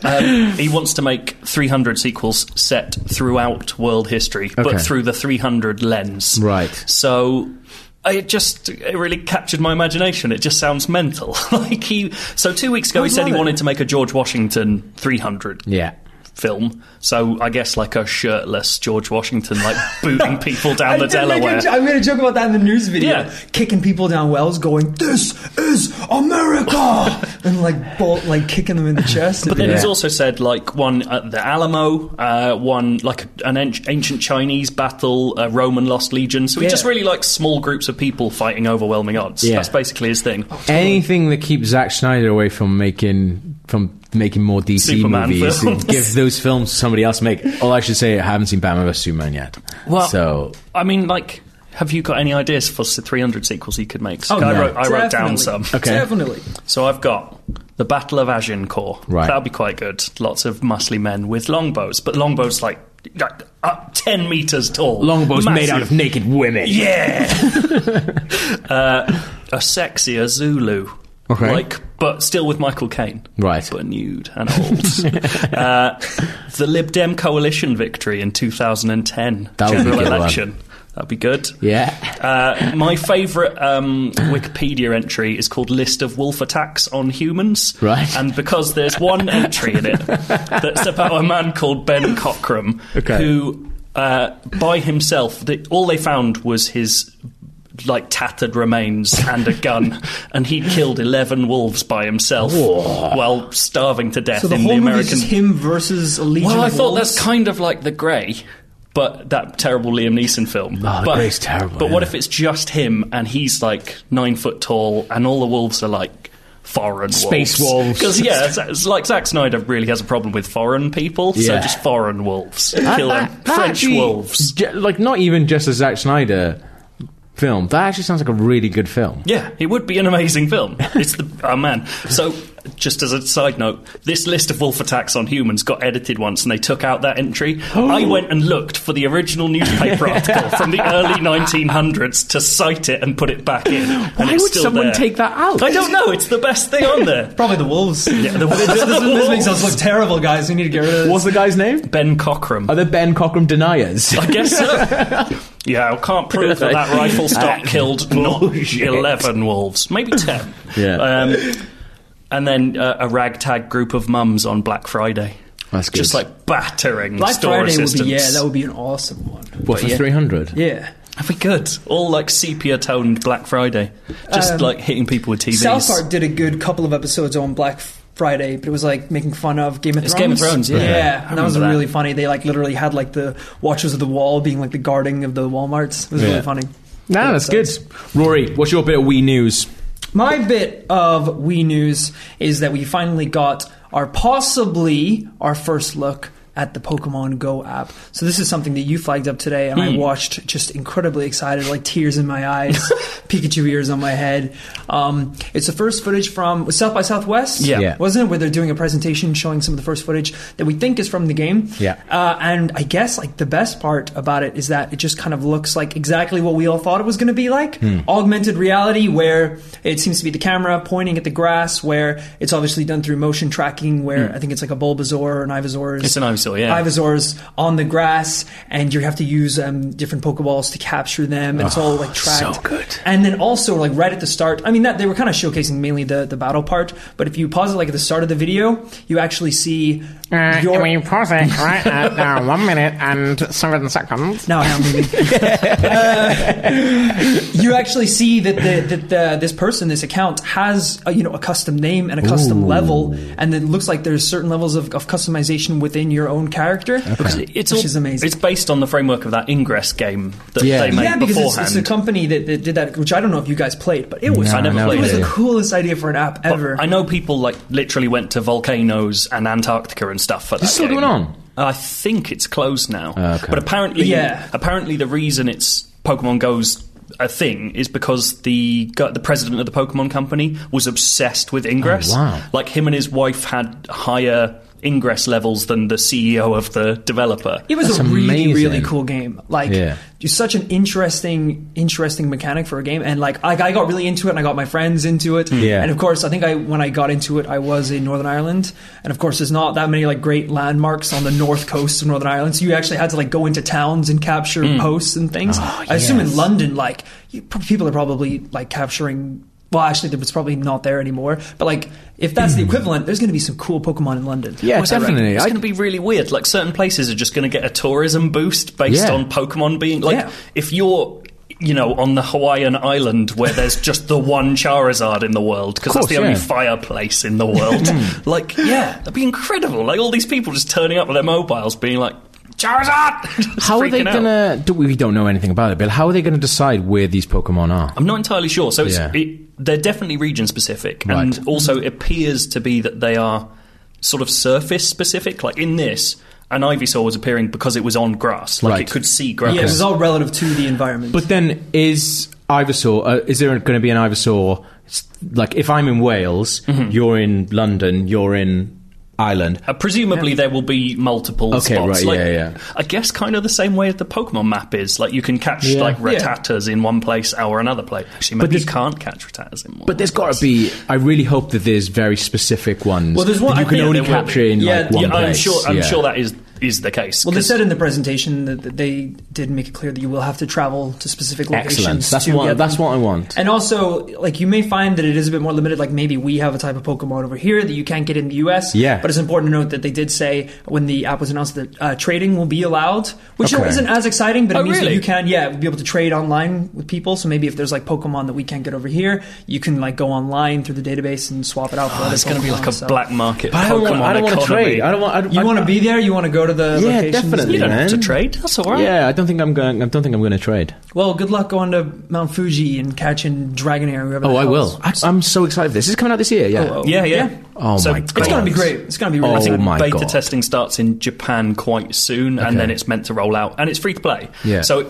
Um, he wants to make 300 sequels set throughout world history, Okay. but through the 300 lens. Right. So. I- It just it really captured my imagination. It just sounds mental. like he, so two weeks ago he said he love it. wanted to make a George Washington 300 Yeah. film. So I guess like a shirtless George Washington, like booting people down the I did make a Delaware. jo- I made a joke about that in the news video. Yeah. Kicking people down wells, going, "This is America," and like bolt, like kicking them in the chest. But then Yeah. he's also said like one at the Alamo, uh, one like an an ancient Chinese battle, a Roman lost legion. So he Yeah. just really likes small groups of people fighting overwhelming odds. Yeah. That's basically his thing. Anything that keeps Zack Snyder away from making from making more DC Superman movies, films. give those films to somebody else to make. All I should say, I haven't seen Batman vs Superman yet. Well- so I mean, like, have you got any ideas for s- 300 sequels he could make? 'Cause Oh, I no. wrote, I wrote down some. Definitely. Okay. Definitely. So I've got the Battle of Agincourt. Right. That'll be quite good. Lots of muscly men with longbows, but longbows like, like up 10 meters tall. Longbows made Massive. out of naked women. Yeah. uh, a sexier Zulu. Okay. Like, but still with Michael Caine. Right. But nude and old. uh, the Lib Dem coalition victory in 2010 That would be a general good one. election. That'd be good. Yeah. Uh, my favourite um, Wikipedia entry is called "List of Wolf Attacks on Humans," Right. And because there's one entry in it that's about a man called Ben Cockrum, Okay. who uh, by himself, the, all they found was his like tattered remains and a gun, and he killed eleven wolves by himself while starving to death So the in whole the movie American. is just him versus a legion. Well, I of thought wolves? that's kind of like The Grey, but that terrible Liam Neeson film. Oh, The but, Grey's terrible, But what yeah. if it's just him and he's like nine foot tall and all the wolves are like foreign Space wolves. Because yeah, it's, it's like Zack Snyder really has a problem with foreign people, so Yeah. just foreign wolves, That- kill them, that- that French actually- wolves. j- like not even just a Zack Snyder film. That actually sounds like a really good film. Yeah, it would be an amazing film. It's the oh man. So, just as a side note, this list of wolf attacks on humans got edited once, and they took out that entry. Oh. I went and looked for the original newspaper article from the early 1900s to cite it and put it back in. And Why it's would still someone there. take that out? I don't know. It's the best thing on there. probably the wolves. Yeah, the- this, this- this makes us look terrible, guys. We need to get rid of this. What's the guy's name? Ben Cockrum. Are the Ben Cockrum deniers? I guess so. Yeah, I can't prove that that rifle stock killed not Bullshit. 11 wolves, maybe 10. Yeah. Um, and then uh, a ragtag group of mums on Black Friday. That's good. Just like battering Black store Friday would be assistants. yeah, that would be an awesome one. what for three hundred? Yeah. That'd be good. All like sepia toned Black Friday. Just Um, like hitting people with TVs. South Park did a good couple of episodes on Black Friday, but it was like making fun of Game of It's Thrones. Game of Thrones, yeah. yeah, Yeah, I and that was remember that. really funny. They like literally had like the Watchers of the Wall being like the guarding of the Walmarts. It was Yeah. really funny. No, Yeah, that's so- good. Rory, what's your bit of Wii news? My bit of Wii news is that we finally got our possibly our first look at the Pokemon Go app. So this is something that you flagged up today, and I watched just incredibly excited, like tears in my eyes, Pikachu ears on my head. Um, it's the first footage from South by Southwest, Yeah. Yeah. wasn't it? Where they're doing a presentation showing some of the first footage that we think is from the game. Yeah. Uh, and I guess like the best part about it is that it just kind of looks like exactly what we all thought it was going to be like Hmm. augmented reality, where it seems to be the camera pointing at the grass, where it's obviously done through motion tracking, where I think it's like a Bulbasaur or an Ivysaur. Hmm. It's an Ivysaur, yeah. Ivysaurs on the grass, and you have to use um, different Pokeballs to capture them. And it's all like tracked. Ah, so good. And then also like right at the start, I mean that they were kind of showcasing mainly the the battle part, but if you pause it like at the start of the video, you actually see Uh, Your- we pause it right at uh, one minute and seven seconds. No, I am leaving. Uh, you actually see that the, that the, this person, this account, has a, you know a custom name and a custom level, and it looks like there's certain levels of, of customization within your own character. It's Which is amazing. It's based on the framework of that Ingress game that Yeah. they made Yeah, because it's, beforehand. it's a company that, that did that, which I don't know if you guys played, but it was No, I never it played was it. the coolest idea for an app But ever. I know people like literally went to volcanoes and Antarctica and stuff for that. It's still game. going on? Ah, I think it's closed now. Okay. But apparently, Yeah. apparently the reason it's Pokemon Go's a thing is because the gu- the president of the Pokemon company was obsessed with Ingress. Oh, wow. Like him and his wife had higher Ingress levels than the CEO of the developer. It was That's a really, amazing. really cool game. Like, Yeah. just such an interesting, interesting mechanic for a game. And like, I, I got really into it, and I got my friends into it. Yeah. And of course, I think I when I got into it, I was in Northern Ireland, and of course, there's not that many like great landmarks on the north coast of Northern Ireland, so you actually had to like go into towns and capture posts and things. Oh, I assume in London, like, you, pro- people are probably like capturing. Well, actually, it's probably not there anymore. But like, if that's the equivalent, there's going to be some cool Pokemon in London. Mm. Yeah, Well, I reckon definitely. It's I- going to be really weird. Like certain places are just going to get a tourism boost based Yeah. on Pokemon being like Yeah. if you're you know on the Hawaiian island where there's just the one Charizard in the world because that's course, the only yeah. Hmm. fireplace in the world. like yeah, that'd be incredible. Like all these people just turning up with their mobiles being like Charizard. Just How are they freaking out. gonna? Do, we don't know anything about it, but how are they gonna decide where these Pokemon are? I'm not entirely sure. So it's, Yeah. it, they're definitely region specific, Right. and also it appears to be that they are sort of surface specific. Like in this, an Ivysaur was appearing because it was on grass, like Right. it could see grass. Yeah, it was all relative to the environment. But then, is Ivysaur? Uh, is there going to be an Ivysaur? s- Like, if I'm in Wales, Mm-hmm. you're in London, you're in Ireland. Uh, presumably, there will be multiple Okay, spots. right, like, yeah, yeah. I guess kind of the same way the Pokemon map is. Like you can catch Yeah. like Yeah. Rattatas in one place or another place. Actually, maybe there's- you can't catch Rattatas in one. But there's got place. to be. I really hope that there's very specific ones. Well, there's one- that you I can think only there will be. capture in like one yeah, place. I'm sure. I'm Yeah. sure that is is the case. Well, they 'cause- said in the presentation that that they did make it clear that you will have to travel to specific locations. Excellent. That's to what. get That's them. what I want. And also, like you may find that it is a bit more limited. Like maybe we have a type of Pokemon over here that you can't get in the US. Yeah. But it's important to note that they did say when the app was announced that uh, trading will be allowed, which Okay. isn't as exciting, but it Oh, means that really? you can yeah be able to trade online with people. So maybe if there's like Pokemon that we can't get over here, you can like go online through the database and swap it out for other. Oh, it's going to be Pokemon, like a so- black market. Oh, But I don't Pokemon want. I don't want to economy. trade. I don't want. I don't, You I- want to be there? You want to go to the Yeah, locations? definitely. You don't have to man. trade. That's all right. Yeah, I don't think I'm going. I don't think I'm going to trade. Well, good luck going to Mount Fuji and catching Dragonair. whoever Oh, the I hell will. is. I, I'm so excited. for This This is coming out this year. Yeah. Oh, oh. Yeah, yeah. Yeah. Oh so my it's God. It's gonna be great. It's gonna be really. Oh exciting. my beta God. testing starts in Japan quite soon, Okay. and then it's meant to roll out, and it's free to play. Yeah. So it-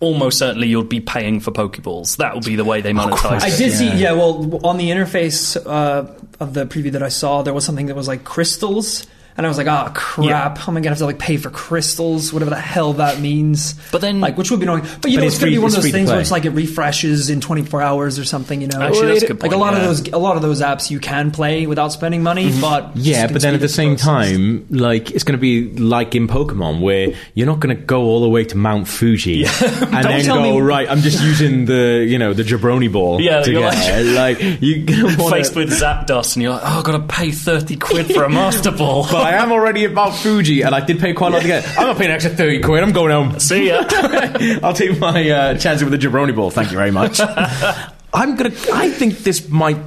almost certainly you'll be paying for Pokeballs. That will be the way they monetize. I it. did see. Yeah, well, on the interface uh, of the preview that I saw, there was something that was like crystals, and I was like, "Ah, crap! I'm gonna have to like pay for crystals, whatever the hell that means." But then- like, which would be annoying. But you But know, it's it's, gonna free- be one it's of free those to things play. where it's like it refreshes in 24 hours or something. You know, Actually, that's a good like a point, lot of yeah. those, a lot of those apps you can play without spending money, Mm-hmm. but just Yeah, can but then speed at the up same process. time, like it's going to be like in Pokemon, where you're not going to go all the way to Mount Fuji and then tell go me- right. I'm just using the you know the jabroni ball. Yeah, to you're get like- there. like, you're going to want Faced with Zapdos, and you're like, oh, I've got to pay 30 quid for a Master Ball. But I am already at Mount Fuji, and I did pay quite a lot to get. I'm not paying an extra thirty quid. I'm going home. See ya. I'll take my uh, chances with the jabroni ball. Thank you very much. I'm gonna. I think this might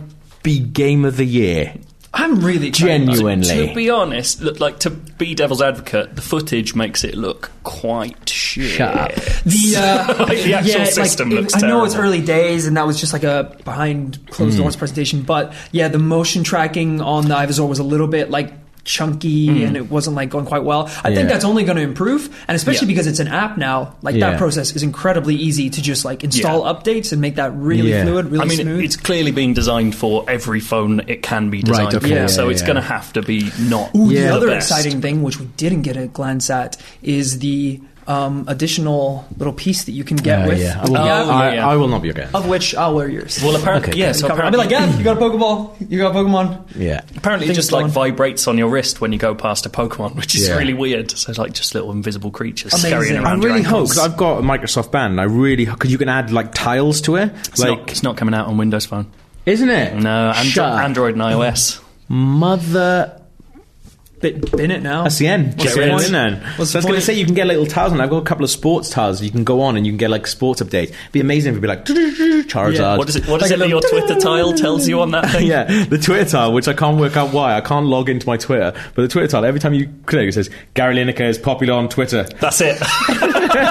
be game of the year. I'm really excited about it. Genuinely. to be honest, look, like to be devil's advocate, the footage makes it look quite shit. Shut up. The, uh, Like, the actual system it- looks I know it's terrible. Hmm. early days, and that was just like a behind closed doors presentation. But yeah, the motion tracking on the Ivysaur was a little bit like chunky, Hmm. and it wasn't like going quite well. I Yeah. think that's only going to improve, and especially Yeah. because it's an app now. Like Yeah. that process is incredibly easy to just like install Yeah. updates and make that really Yeah. fluid, really I mean, smooth. it's clearly being designed for every phone it can be designed Right, okay, for, yeah, so yeah, it's yeah. going to have to be not Ooh, Yeah. the other best. exciting thing, which we didn't get a glance at, is the um, additional little piece that you can get Uh, with. yeah. I the will, app. I, yeah. I will not be okay. Of which Oh, I'll wear yours. Well, apparently, Okay, yeah. good. So I'll be apparently, like, yeah, you got a Pokeball. You got a Pokemon. Yeah. apparently, it Things just like gone. vibrates on your wrist when you go past a Pokemon, which is Yeah. really weird. So it's like just little invisible creatures Amazing. scurrying I I around. really your hope ankles. because I've got a Microsoft band. and I really because you can add like tiles to it, It's, like not, it's not coming out on Windows Phone. isn't it? No, Andro- Shut up. Android and iOS. mother bit bin it now. That's the end. What's Get the rid of point? it then. so What's I the was going to point? say you can get little tiles, and I've got a couple of sports tiles. You can go on and you can get like sports updates. It'd be amazing if it'd be like Charizard. Yeah. What is it? What is Like a it that your little- Twitter tile tells you on that thing? Yeah, the Twitter tile, which I can't work out why. I can't log into my Twitter, but the Twitter tile, every time you click, it says Gary Lineker is popular on Twitter. That's it.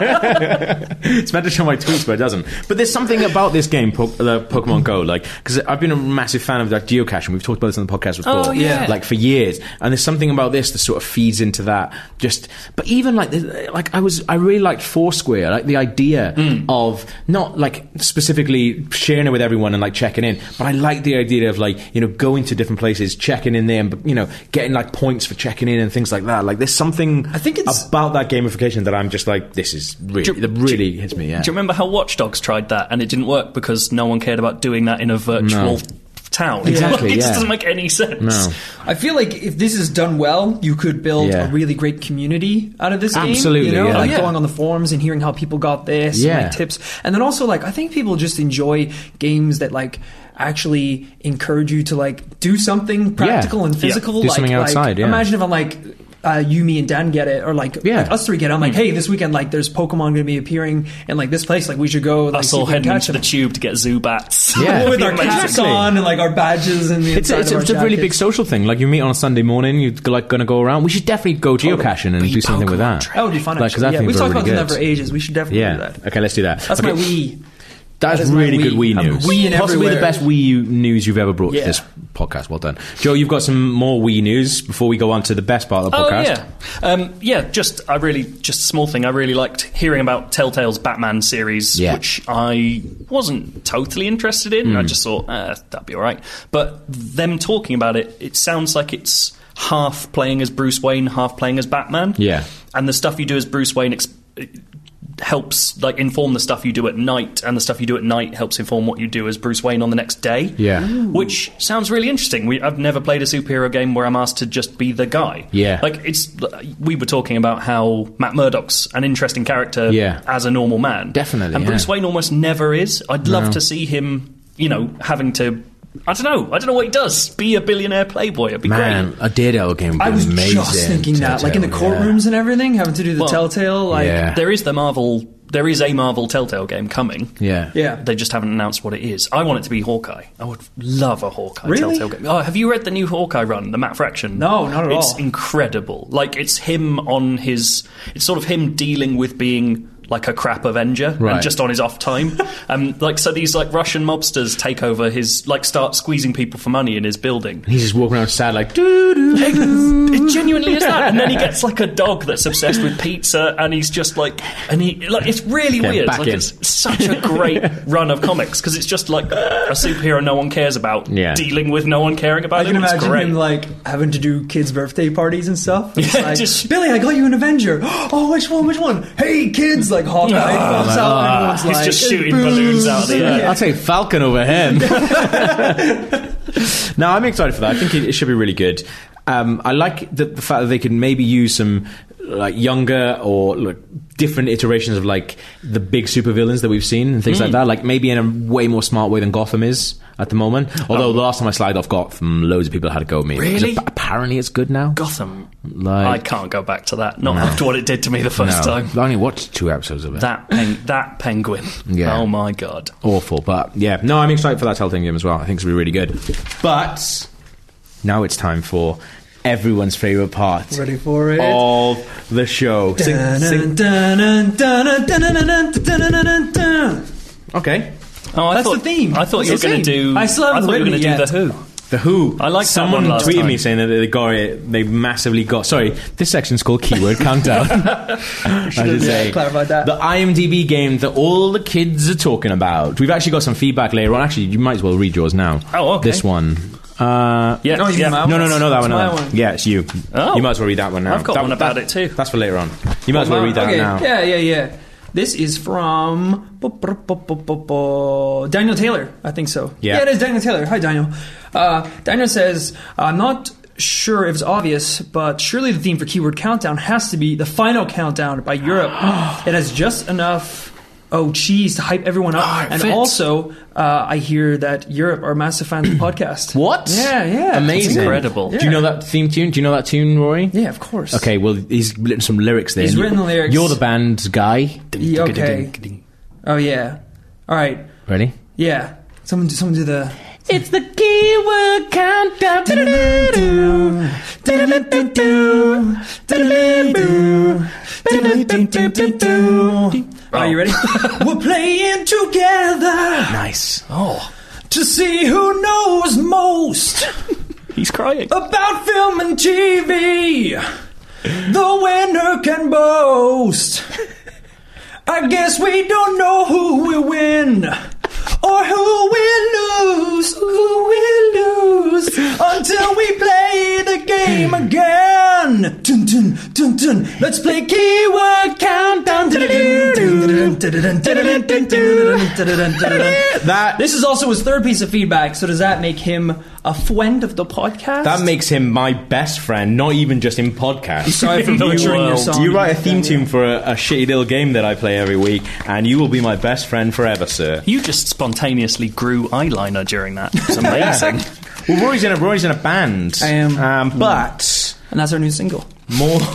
It's meant to show my tweets, but it doesn't. But there's something about this game, po- the Pokemon Go, like because I've been a massive fan of like geocaching. We've talked about this on the podcast before, Oh, yeah. like for years. And there's something about this that sort of feeds into that. Just, but even like, the- like I was, I really liked Foursquare, like the idea of not like specifically sharing it with everyone and like checking in, but I like the idea of like you know going to different places, checking in there, and you know getting like points for checking in and things like that. Like there's something I think it's- about that gamification that I'm just like, this is really, Do- that really hits me. Yeah. Do you remember how Watch Dogs tried that and it didn't work because no one cared about doing that in a virtual town? Exactly, it just yeah. doesn't make any sense. No. I feel like if this is done well, you could build Yeah. a really great community out of this Absolutely, game. You know, yeah. like Yeah. going on the forums and hearing how people got this, Yeah. and like tips, and then also like I think people just enjoy games that like actually encourage you to like do something practical and physical. Do like, something like, outside, yeah. Imagine if I'm like. Uh, you, me, and Dan get it, or like, Yeah. Mm. like us three get. it. I'm like, hey, this weekend, like, there's Pokemon going to be appearing in like this place. Like, we should go. Like, Us see if all we can heading catch into the them. tube to get Zubats. Yeah. It'd with be our amazing. caps on and like our badges and the It's, inside it's, of it's our a really big jackets. social thing. Like you meet on a Sunday morning, you're like going to go around. We should definitely go geocaching and be do something with Pokemon that. trainers. That would be fun. Like, 'cause actually. I yeah, think we've they're talked really about good. that for ages. We should definitely do Yeah. that. Okay, let's do that. That's okay. my Wii. That's that is my really good Wii Wii. I'm news. Wii and Possibly the everywhere. best Wii U news you've ever brought to Yeah. this podcast. Well done, Joe. You've got some more Wii news before we go on to the best part of the Oh podcast. yeah, um, yeah. Just I really just a small thing. I really liked hearing about Telltale's Batman series, Yeah. Hmm. which I wasn't totally interested in. I just thought uh, that'd be all right. But them talking about it, it sounds like it's half playing as Bruce Wayne, half playing as Batman. Yeah. and the stuff you do as Bruce Wayne. Ex- helps like inform the stuff you do at night and the stuff you do at night helps inform what you do as Bruce Wayne on the next day Mm. Yeah. Ooh. which sounds really interesting. We, I've never played a superhero game where I'm asked to just be the guy. Yeah. like it's. We were talking about how Matt Murdock's an interesting character. Yeah. as a normal man, Definitely, And Bruce yeah. Wayne almost never is. I'd love to see him. You know, having to. I don't know. I don't know what he does. Be a billionaire playboy. It'd be Man, great. a Daredevil game would be I was amazing. just thinking that, like in the Telltale, yeah. courtrooms and everything, having to do the Well, Telltale. Like, yeah. There is the Marvel. There is a Marvel Telltale game coming. Yeah. Yeah. They just haven't announced what it is. I want it to be Hawkeye. I would love a Hawkeye Really? Telltale game. Oh, have you read the new Hawkeye run, the Matt Fraction? No, not at it's all. incredible. Like it's him on his. It's sort of him dealing with being like a crap Avenger Right. and just on his off time. um, like so, these like Russian mobsters take over his like start squeezing people for money in his building. He's just walking around sad, like doo doo. Mm. It genuinely is that, and then he gets like a dog that's obsessed with pizza, and he's just like, and he like it's really Okay, weird. back Like in. it's such a great run of comics because it's just like a superhero no one cares about Yeah. dealing with no one caring about I can him. It's imagine great. him like having to do kids' birthday parties and stuff. It's Yeah, like, just- Billy, I got you an Avenger. Oh, which one? Which one? Hey, kids! Like Hawkeye Oh, Ah, comes out. and everyone's He's like, just shooting "Boo." balloons out of the air. I'll take Falcon over him. no, I'm excited for that. I think it, it should be really good. Um, I like the, the fact that they can maybe use some like younger or like, different iterations of like the big supervillains that we've seen and things like that. Like maybe in a way more smart way than Gotham is at the moment. Although the last time I slid off Gotham, loads of people had a go at me. Really? Because ap- Apparently, it's good now. Gotham. Like- I can't go back to that. Not after what it did to me the first time. I only watched two episodes of it. That pen- that penguin. Yeah. Oh my god. awful. But yeah, no, I'm excited for that Telltale game as well. I think it's gonna be really good. But now it's time for everyone's favorite part Ready for it? of the show. Sing, Dun, sing. dun, dun, dun, dun, dun, dun, dun, dun, dun, dun, dun, dun. Okay, Oh, I That's thought, the theme. I thought That's you were the going to theme. do. I still haven't thought you were written gonna it do the yet. Who. the Who. I liked that someone one last tweeted time. me saying that they got it. They massively got. Sorry, this section's called keyword countdown. I should yeah, say clarified that. the IMDb game that all the kids are talking about. We've actually got some feedback later on. Actually, you might as well read yours now. Oh, okay. This one. Uh, Yeah, No, you yeah. didn't. No, no, no, no, that Oh, That's one. no, my that one. one. Yeah, it's you. Oh. You might as well read that one now. I've got That- one about that- it too. That's for later on. You might as well read that okay. now. Yeah, yeah, yeah. This is from Daniel Taylor, I think so. Yeah. it is Daniel Taylor. Hi, Daniel. Uh, Daniel says, I'm not sure if it's obvious, but surely the theme for Keyword Countdown has to be the final countdown by Europe. it has just enough oh cheese to hype everyone up. Ah, it and fits. also, uh, I hear that Europe are massive fans of the podcast. What? Yeah, yeah. Amazing. incredible. Do you know that theme tune? Do you know that tune, Rory? Yeah, of course. Okay, well, he's written some lyrics there. He's and written you- the lyrics. You're the band guy. Yeah, okay. Oh yeah. All right. Ready? Yeah. Someone, someone do the. It's the keyword countdown. Are you ready? We're playing together Nice. Oh, to see who knows most he's crying. about film and TV. The winner can boast. I guess we don't know who will win or who will lose. Who will lose until we play the game again? Dun, dun, dun, dun. Let's play keyword countdown. That- This is also his third piece of feedback. So does that make him a friend of the podcast? That makes him my best friend, not even just in podcasts. Sorry for In the butchering your world. song. you write a theme tune for a, a shitty little game that I play every week, and you will be my best friend forever, sir. You just spontaneously grew eyeliner during that. It's amazing. Well, Rory's in a Rory's in a band. I am. Hmm. um, but And that's our new single. more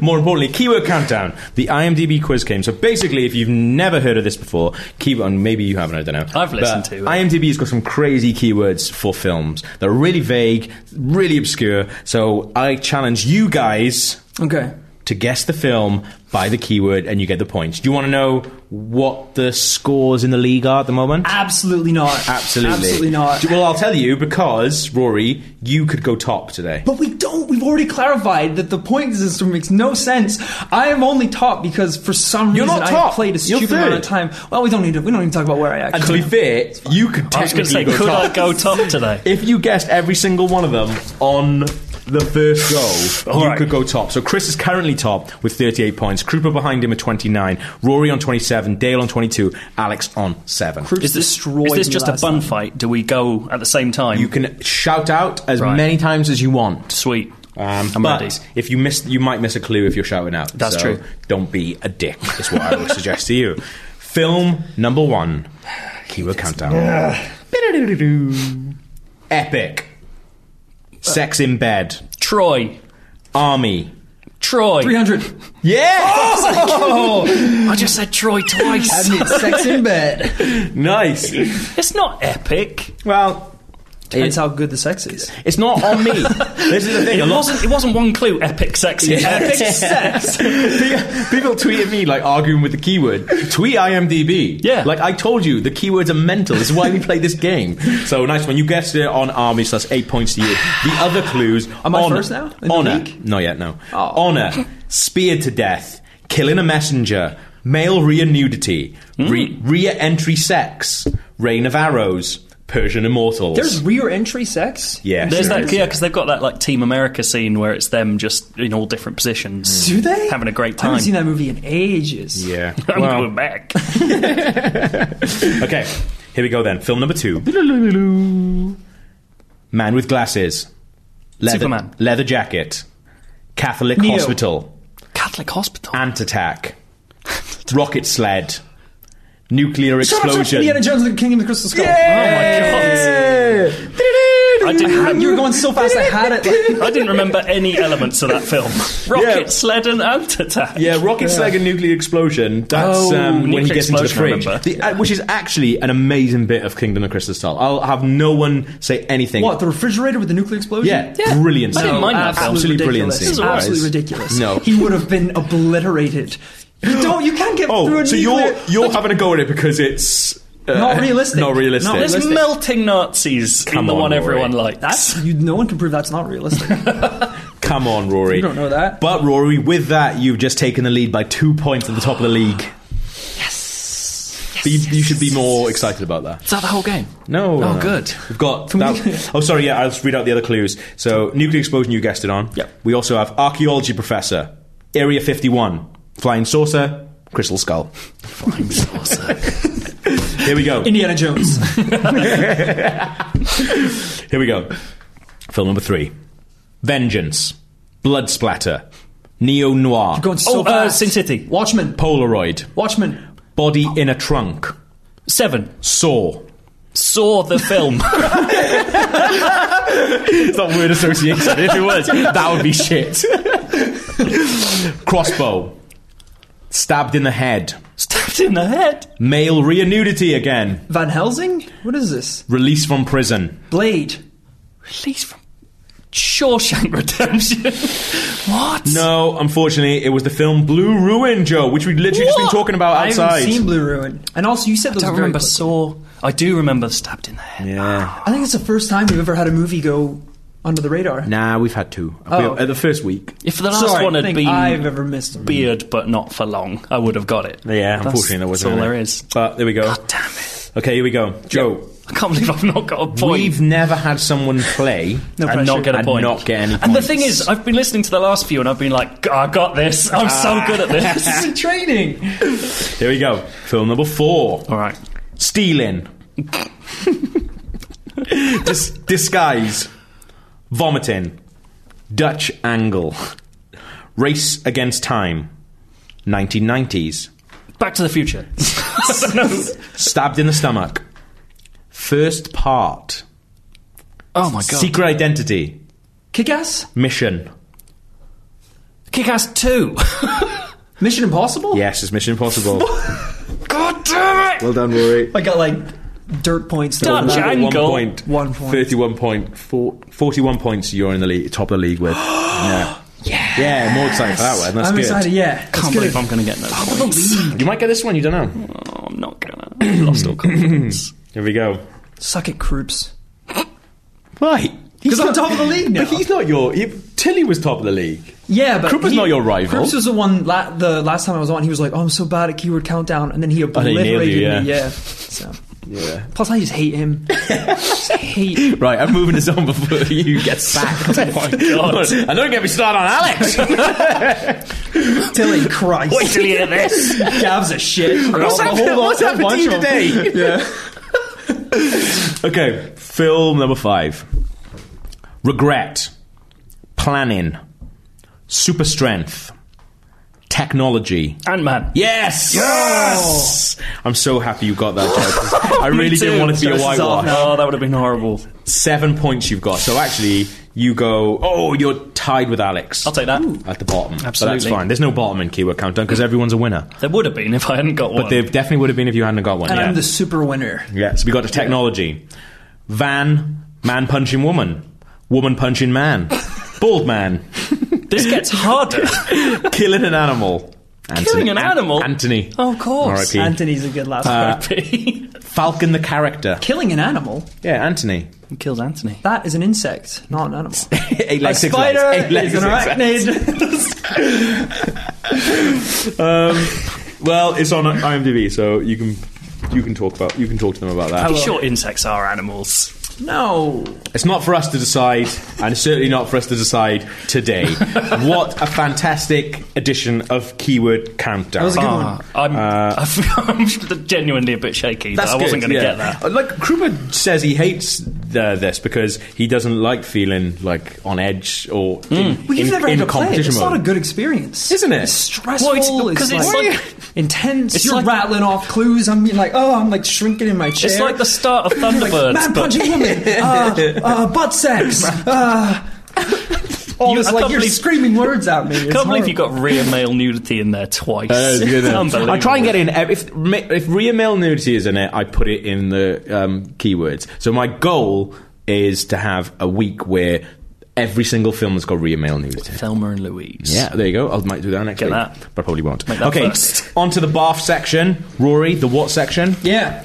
more importantly, keyword countdown. The IMDb quiz came. So basically, if you've never heard of this before, keyword. and Maybe you haven't. I don't know. I've listened But to it. IMDb has got some crazy keywords for films that are really vague, really obscure. So I challenge you guys Okay. to guess the film by the keyword, and you get the points. Do you want to know what the scores in the league are at the moment? Absolutely not. Absolutely. Absolutely not. Do- Well, I'll tell you because Rory, you could go top today. But we don't. We've already clarified that the point system makes no sense. I am only top because for some You're reason not I top. played a You're stupid amount of third. time. Well, we don't need to. We don't need to talk about where I And to actually. be fair, you could I was going to say, technically could go top. I go top today? if you guessed every single one of them on the first go, All you right. could go top. So Chris is currently top with 38 points. Krupa behind him at 29. Rory on 27. Dale on 22. Alex on 7. Cruz Is this, destroyed is this me just a last bun time. fight? Do we go at the same time? You can shout out as Right. many times as you want. Sweet. Um, I'm but ready. if you miss, you might miss a clue if you're shouting out. That's So true. Don't be a dick. Is what I would suggest to you. Film number one. Keyword countdown. Epic. Uh, Sex in bed. Troy. Army. Troy. 300. Yes! Oh! I just said Troy twice. sex in bed. nice. it's not epic. Well, Depends how good the sex is. it's not on me. this is the thing. It A lot, wasn't. It wasn't one clue. Epic sexy. Epic sex. People- People tweet at me like arguing with the keyword. Tweet IMDb. Yeah. Like I told you, the keywords are mental. This is why we play this game. So nice one. You guessed it on Army. So that's eight points to you. The other clues. Am I honor, first now? In the honor. league? Oh. Not yet. No. Honor. Speared to death. Killing a messenger. Male rear nudity. Hmm. Re- rear entry sex. Rain of arrows. Persian immortals. There's rear entry sex. yeah. There's sure that. is. Yeah, because they've got that like Team America scene where it's them just in all different positions. Do they? having a great I time? haven't seen that movie in ages. Yeah. I'm Well, going back. Okay, here we go then. Film number two. Man with glasses. Leather, Superman. Leather jacket. Catholic Neo. hospital. Catholic hospital. Ant attack. Rocket sled. Nuclear Shut up, shut up, explosion. Indiana Jones and the Kingdom of the Crystal Skull. Oh my god. I didn't, You were going so fast, I had it. Like, I didn't remember any elements of that film. Rocket, Yeah. sled, and ant attack. Yeah, rocket sled and nuclear explosion. That's Oh, um, when he nuclear gets into the explosion, I fridge, remember. The- uh, which is actually an amazing bit of Kingdom of Crystal Skull. I'll have no one say anything. what, the refrigerator with the nuclear explosion? Yeah, brilliant. I didn't scene. mind that film. Absolutely brilliant. ridiculous. Scene, This is guys. absolutely ridiculous. No, he would have been obliterated. You don't. You can't get through Oh, a so nuclear. you're you're having a go at it because it's uh, Not realistic. Not realistic. Not There's realistic. melting Nazis in Come the on, one everyone Rory. likes. That's you. No one can prove that's not realistic. Come on, Rory. You don't know that. But Rory, with that, you've just taken the lead by two points at the top of the league. Yes. you, you should be more excited about that. Is that the whole game? No. Oh, no. good. We've got. That, oh, sorry. Yeah, I'll just read out the other clues. So, nuclear explosion. You guessed it on. Yep. We also have archaeology professor, Area 51, flying saucer, crystal skull. Flying saucer. Here we go. Indiana Jones. Here we go. Film number three Vengeance, Blood Splatter, Neo Noir, Going so oh, uh, fast. Sin City. Watchmen. Polaroid, Watchmen. Body in a Trunk. Seven. Saw. Saw the film. It's not word association. if it was, that would be shit. Crossbow. Stabbed in the head. Stabbed in the head. Male rear nudity again. Van Helsing? What is this? Release from prison. Blade. Released from Shawshank Redemption. what? No, unfortunately, it was the film Blue Ruin, Joe, which we've literally just been What? talking about outside. I haven't seen Blue Ruin. And also, you said I those don't very remember quick. Saw. I do remember stabbed in the head. yeah. I think it's the first time we've ever had a movie go under the radar. Nah, we've had two. Oh. We- uh, the first week. If the last Sorry, one had thing been I've ever missed. one. beard, but not for long, I would have got it. Yeah, That's- unfortunately, there wasn't. That's all any. there is. But there we go. Damn it! Okay, here we go. Joe, I can't believe I've not got a point. we've never had someone play No and pressure. not get a and point. not get any And the points. thing is, I've been listening to the last few, and I've been like, "I got this. I'm so good at this." It's training. Here we go. Film number four. all right. Stealing. Dis- disguise. Vomiting. Dutch angle. Race against time. 1990s. Back to the Future. I don't know. Stabbed in the stomach. First part. Oh my god! Secret identity. Kick ass? Mission. Kick Ass Two. Mission Impossible? Yes, it's Mission Impossible. god Oh, damn it! well done, Rory. I got like dirt points. that Done, were- Jack. One Angle. point. One point. 31 point. Four, 41 points you're in the lead, top of the league with. yeah. Yeah. Yeah, more excited for that one. That's I'm good. excited. Yeah. Can't it's good. believe I'm going to get no points. You might get this one, you don't know. Oh, I'm not gonna. I've lost all confidence. Here we go. Suck it, Croops. Right. Because I'm top of the league now. But he's not your. He, Tilly was top of the league. Yeah, but Krupa's he- not your rival. Krupa's was the one. La- the last time I was on, he was like, "Oh, I'm so bad at keyword countdown," and then he he nailed you, obliterated yeah. me. Yeah. So. Yeah. Plus, I just hate him. just hate. him. Right, I'm moving this on before you get sacked. oh my god. And don't get me started on Alex. Tilly Christ. Wait till you hear this. Gav's a shit. What's A happened- whole lot- what's whole happened to bunch you of them. today? Yeah. okay, film number five regret, planning, super strength, technology. Ant Man. Yes! Yes! I'm so happy you got that, Judge. I really didn't want it to be a Stresses whitewash. off now. Oh, that would have been horrible. Seven points you've got. So actually, you go, oh, you're tied with Alex. I'll take that. At the bottom. But that's Absolutely. Oh. fine. There's no bottom in keyword countdown because everyone's a winner. There would have been if I hadn't got one. But there definitely would have been if you hadn't got one. And yeah. I'm the super winner. Yeah, so we got the technology. Van, man punching woman. Woman punching man. Bald man. this gets harder. Killing an animal. Killing an An- animal? Anthony. Oh, of course. R.I.P. Anthony's a good last. Uh, Falcon the character. Killing an animal. Yeah, Anthony. killed Anthony. That is an insect, not an animal. Eight a legs, six legs. spider Eight legs, is an six legs. arachnid. Well, it's on IMDb, so you can you can talk about you can talk to them about that. Pretty sure insects are animals. no. It's not for us to decide, and it's certainly not for us to decide today. what a fantastic edition of keyword countdown! was a good Ah, I'm, I'm genuinely a bit shaky. That I wasn't good, going to yeah. get that. Uh, Like Krupa says, he hates the, this because he doesn't like feeling like on edge or in, Well, you've in- never in had to play it. competition It's mode. not a good experience, Isn't it? It's stressful. Well, it's- because it's, it's like, like- intense. it's You're like- rattling off clues. I'm like, oh, I'm like shrinking in my chair. It's like the start of like, Thunderbirds, man but punching woman, uh, uh, butt sex. Uh, all You- this I like can't you're believe- screaming words at me. It's can't believe you horrible. got rear male nudity in there twice. Uh, you know. Unbelievable. I try and get in. ev- If if rear male nudity is in it, I put it in the um, keywords. So my goal is to have a week where every single film has got rear male nudity. Thelma and Louise. Yeah, there you go. I might do that next Get week, that. but I probably won't. Make that okay, first. on to the barf section. Rory, the what section? yeah.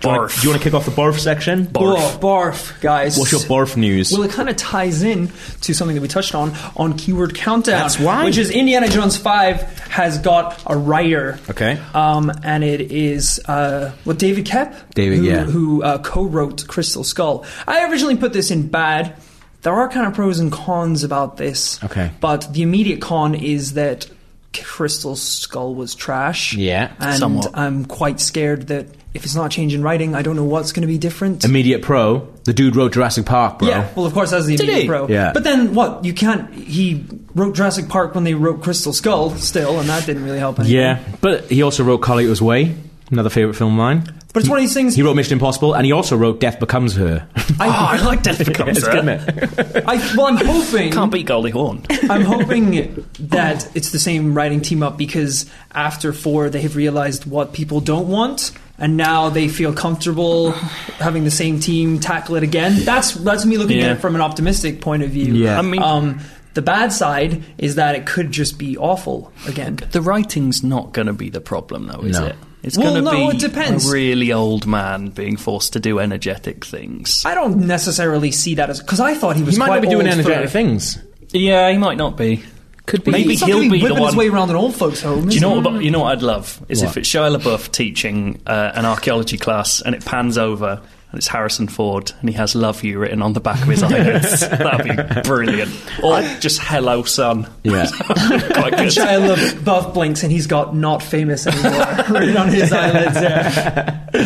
Do you wanna- Barf. Do you want to kick off the barf section? Barf. Oh, barf, guys. What's your barf news? Well, it kind of ties in to something that we touched on on Keyword Countdown. That's why. Which is Indiana Jones 5 has got a writer. Okay. Um, and it is, uh, what, David Kep? David, who, yeah. Who uh, co wrote Crystal Skull. I originally put this in bad. There are kind of pros and cons about this. Okay. But the immediate con is that Crystal Skull was trash. Yeah, And somewhat. I'm quite scared that if it's not changing writing, I don't know what's going to be different. Immediate pro, the dude wrote Jurassic Park, bro. Yeah, well, of course, that's the he? immediate pro. Yeah. But then what? You can't. He wrote Jurassic Park when they wrote Crystal Skull still, and that didn't really help anything. Yeah, but he also wrote Carlito's Way. Another favorite film of mine. But it's one of these things. He wrote Mission Impossible, and he also wrote Death Becomes Her. I, oh, I like Death Becomes Her. I, well, I'm hoping. Can't beat Goldie Hawn. I'm hoping that it's the same writing team up because after four, they have realized what people don't want, and now they feel comfortable having the same team tackle it again. That's that's me looking Yeah. at it from an optimistic point of view. Yeah. I mean- um, the bad side is that it could just be awful again. The writing's not going to be the problem, though, is No. it? It's Well, going to no, be it depends. a really old man being forced to do energetic things. I don't necessarily see that as because I thought he was He might quite not be doing old energetic for, things. yeah, he might not be. Could be. Maybe He's not he'll gonna be the whipping his one. way around an old folks' home. Do you know what? about- You know what I'd love is What? if it's Shia LaBeouf teaching uh, an archaeology class, and it pans over, and it's Harrison Ford, and he has "Love You" written on the back of his eyelids. That'd be brilliant. Or just "Hello, son." Yeah. Quite good. Shia LaBeouf blinks and he's got not famous anymore written on his eyelids. Yeah.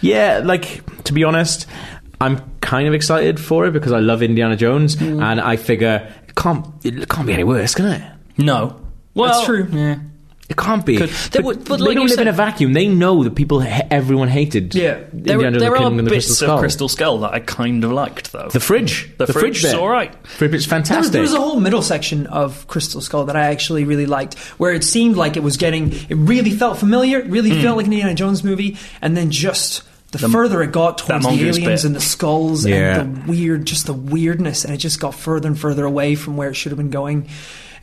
Yeah, like to be honest, I'm kind of excited for it because I love Indiana Jones, Mm. and I figure it can't it can't be any worse, can it? No, well, That's true. Yeah. It can't be. Could- there were- but, but they like don't you live said- in a vacuum. They know that people ha- everyone hated. Yeah. Indiana There, Jones the there are Kingdom and the bits Crystal Skull. of Crystal Skull that I kind of liked, though. The fridge. The fridge is bit. all right. Fridge is There was, fantastic. there was a whole middle section of Crystal Skull that I actually really liked, where it seemed like it was getting, it really felt familiar, it really felt like an Indiana Jones movie, and then just the, further it got towards the mongoose aliens bit. and the skulls Yeah. and the weird, just the weirdness, and it just got further and further away from where it should have been going.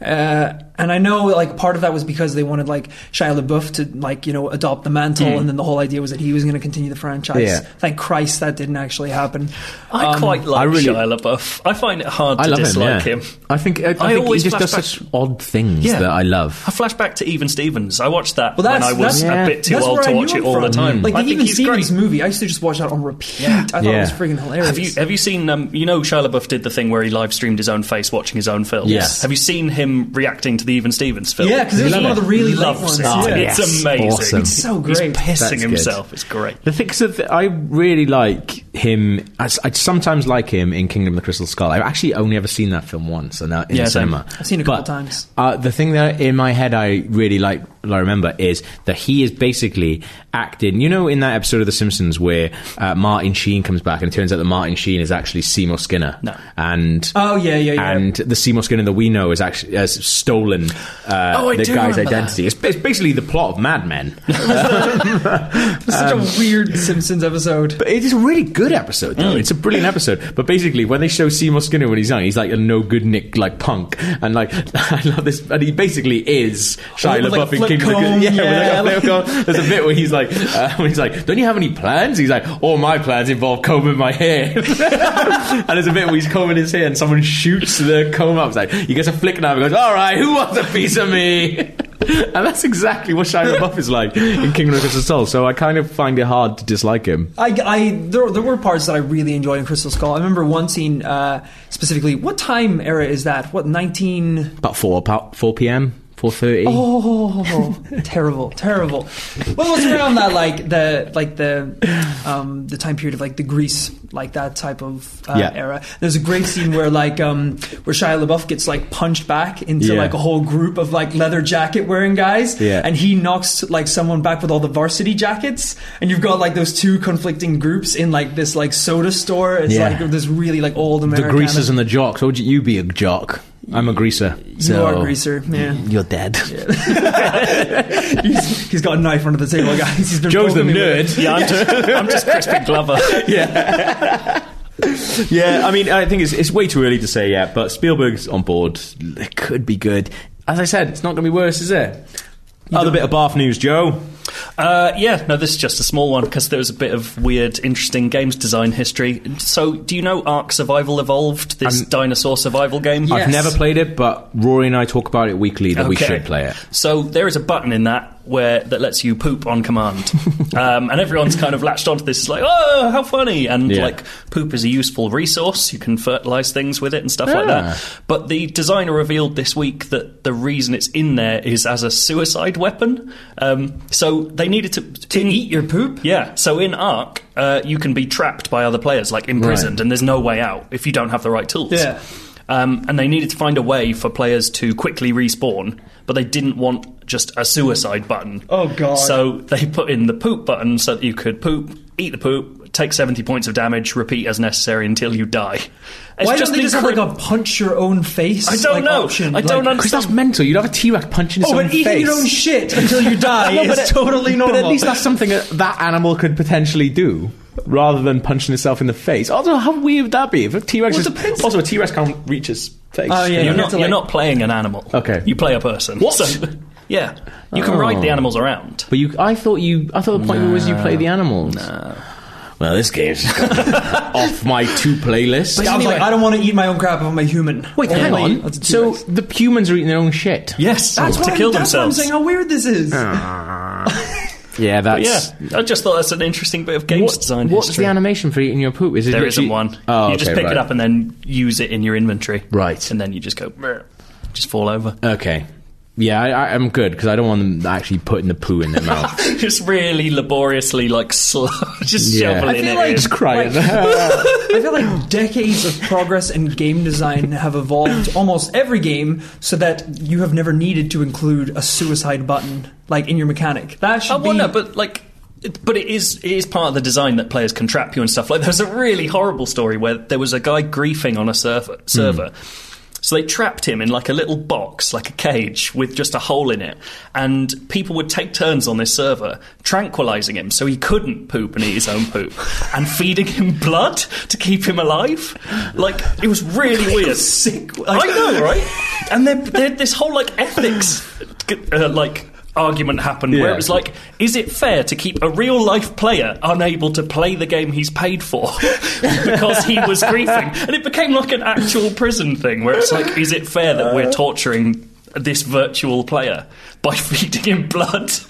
Uh, and I know, like, part of that was because they wanted, like, Shia LaBeouf to, like, you know, adopt the mantle, and then the whole idea was that he was going to continue the franchise. Yeah. Thank Christ that didn't actually happen. I Um, quite like I really- Shia LaBeouf. I find it hard I to love dislike him, him. yeah. I think I, I I think always he just does flashback- such odd things that I love. I flash back to Even Stevens. I watched that Well, when that's- I was that's- a bit too That's old where to I watch knew it him all the from. time. Like I the think Even he's Stevens great. movie, I used to just watch that on repeat. I thought it was Yeah. freaking hilarious. Have you have you seen um, you know Shia LaBeouf did the thing where he live streamed his own face watching his own films? Yes. Have you seen him reacting to the Even Stevens film? Yeah, 'cause it was Love one of the really late Loves ones. it. Oh, It's yes. amazing. Awesome. It's so great. He's pissing That's good. himself. It's great. The things that I really like him. I, s- I sometimes like him in Kingdom of the Crystal Skull. I've actually only ever seen that film once, and that in Yeah, the same. cinema. I've seen it a But, couple times. Uh, the thing that in my head I really like, I remember, is that he is basically acting. You know, in that episode of The Simpsons where uh, Martin Sheen comes back, and it turns out that Martin Sheen is actually Seymour Skinner. No. and Oh, yeah, yeah, yeah. And the Seymour Skinner that we know is actually has stolen uh, Oh, I the do guy's remember identity. It's, it's basically the plot of Mad Men. It's such um, a weird Simpsons episode. Mm. But it is a really good episode, though. It's a brilliant episode. But basically, when they show Seymour Skinner when he's young, he's like a no good Nick, like punk, and like I love this. And he basically is Shia With, like, LaBeouf a in King of flip the Yeah, comb, with, like, a flip comb. there's a bit where he's like, uh, when he's like, "Don't you have any plans?" He's like, "All my plans involve combing my hair." and there's a bit where he's combing his hair, and someone shoots the comb up. It's like he gets a flick knife and goes, "All right, who wants a piece of me?" And that's exactly what Shia LaBeouf is like in Kingdom of the Crystal Soul. So I kind of find it hard to dislike him. I, I there, there were parts that I really enjoyed in Crystal Skull. I remember one scene uh, specifically. What time era is that? What nineteen? About four, about four p.m., four thirty. Oh, terrible, terrible. Well, it's around that like the like the um, the time period of like the Greece, like that type of uh, Yeah. era. There's a great scene where like um, where Shia LaBeouf gets like punched back into Yeah. like a whole group of like leather jacket wearing guys, Yeah. and he knocks like someone back with all the varsity jackets, and you've got like those two conflicting groups in like this like soda store. It's Yeah. like this really like old the American. greasers and the jocks. Would you be a jock? I'm a greaser. you so are a greaser, yeah. You're dead. he's, he's got a knife under the table, guys. He's been Joe's the poking me with it. nerd. Yeah, I'm just, I'm just Crispin Glover. Yeah, I mean, I think it's, it's way too early to say yet, but Spielberg's on board. It could be good. As I said, it's not going to be worse, is it? Other bit of Bath news, Joe. Uh, yeah, no, this is just a small one because there was a bit of weird, interesting games design history. So, do you know Ark Survival Evolved, this dinosaur survival game? Yeah. I've Yes. never played it, but Rory and I talk about it weekly that we should play it. So there is a button in that where that lets you poop on command, um, and everyone's kind of latched onto this. It's like, oh, how funny! And Yeah. like, poop is a useful resource. You can fertilize things with it and stuff like Ah. that. But the designer revealed this week that the reason it's in there is as a suicide weapon. Um, so they needed to to eat your poop? Yeah. So in Ark, uh, you can be trapped by other players, like Right. imprisoned, and there's no way out if you don't have the right tools. Yeah. Um, and they needed to find a way for players to quickly respawn, but they didn't want just a suicide button. Oh, God. So they put in the poop button so that you could poop, eat the poop, take seventy points of damage, repeat as necessary until you die. It's Why just don't they just have incre- like a punch your own face? I don't like, know. Option? I don't like, Because understand. that's mental. You'd have a T Rex punching its Oh, own but eating face. your own shit until you die No, but is it- totally normal. But at least that's something that, that animal could potentially do, rather than punching itself in the face. Although, how weird would that be? If a T Rex Well, it is depends. also a T Rex can't reach his face. Oh, yeah. You're You not, have to, you're like- not playing an animal. Okay. Oh. You play a person. What? So, yeah. You can ride the animals around. But you, I thought you, I thought the point was you play the animals. Well, this game's off my two playlists. I was like, I don't want to eat my own crap if I'm a human. Wait, hang Only- on. That's a So T-Rex. the humans are eating their own shit. Yes. that's to why, kill that's why I'm themselves. saying oh, how weird this is. Yeah, that's. yeah. I just thought that's an interesting bit of games What, design what's history. the animation for eating your poop? Is it there literally- isn't one. Oh, you just okay, pick right. it up and then use it in your inventory. Right. And then you just go, "Brr," just fall over. Okay. Yeah, I, I, I'm good because I don't want them actually putting the poo in their mouth. just really laboriously, like, slow, just Yeah. shoveling I feel it like- in. Just crying. I feel like decades of progress in game design have evolved almost every game so that you have never needed to include a suicide button like in your mechanic. That should I be. wonder, Oh, but like, it- but it is it is part of the design that players can trap you and stuff. Like, there was a really horrible story where there was a guy griefing on a server. Server. So they trapped him in like a little box, like a cage with just a hole in it, and people would take turns on this server tranquilizing him so he couldn't poop and eat his own poop, and feeding him blood to keep him alive. Like it was really weird. Sick. I know, right? And then then this whole like ethics, uh, like argument happened where Yeah. it was like, is it fair to keep a real life player unable to play the game he's paid for because he was griefing? And it became like an actual prison thing where it's like, is it fair that we're torturing this virtual player by feeding him blood?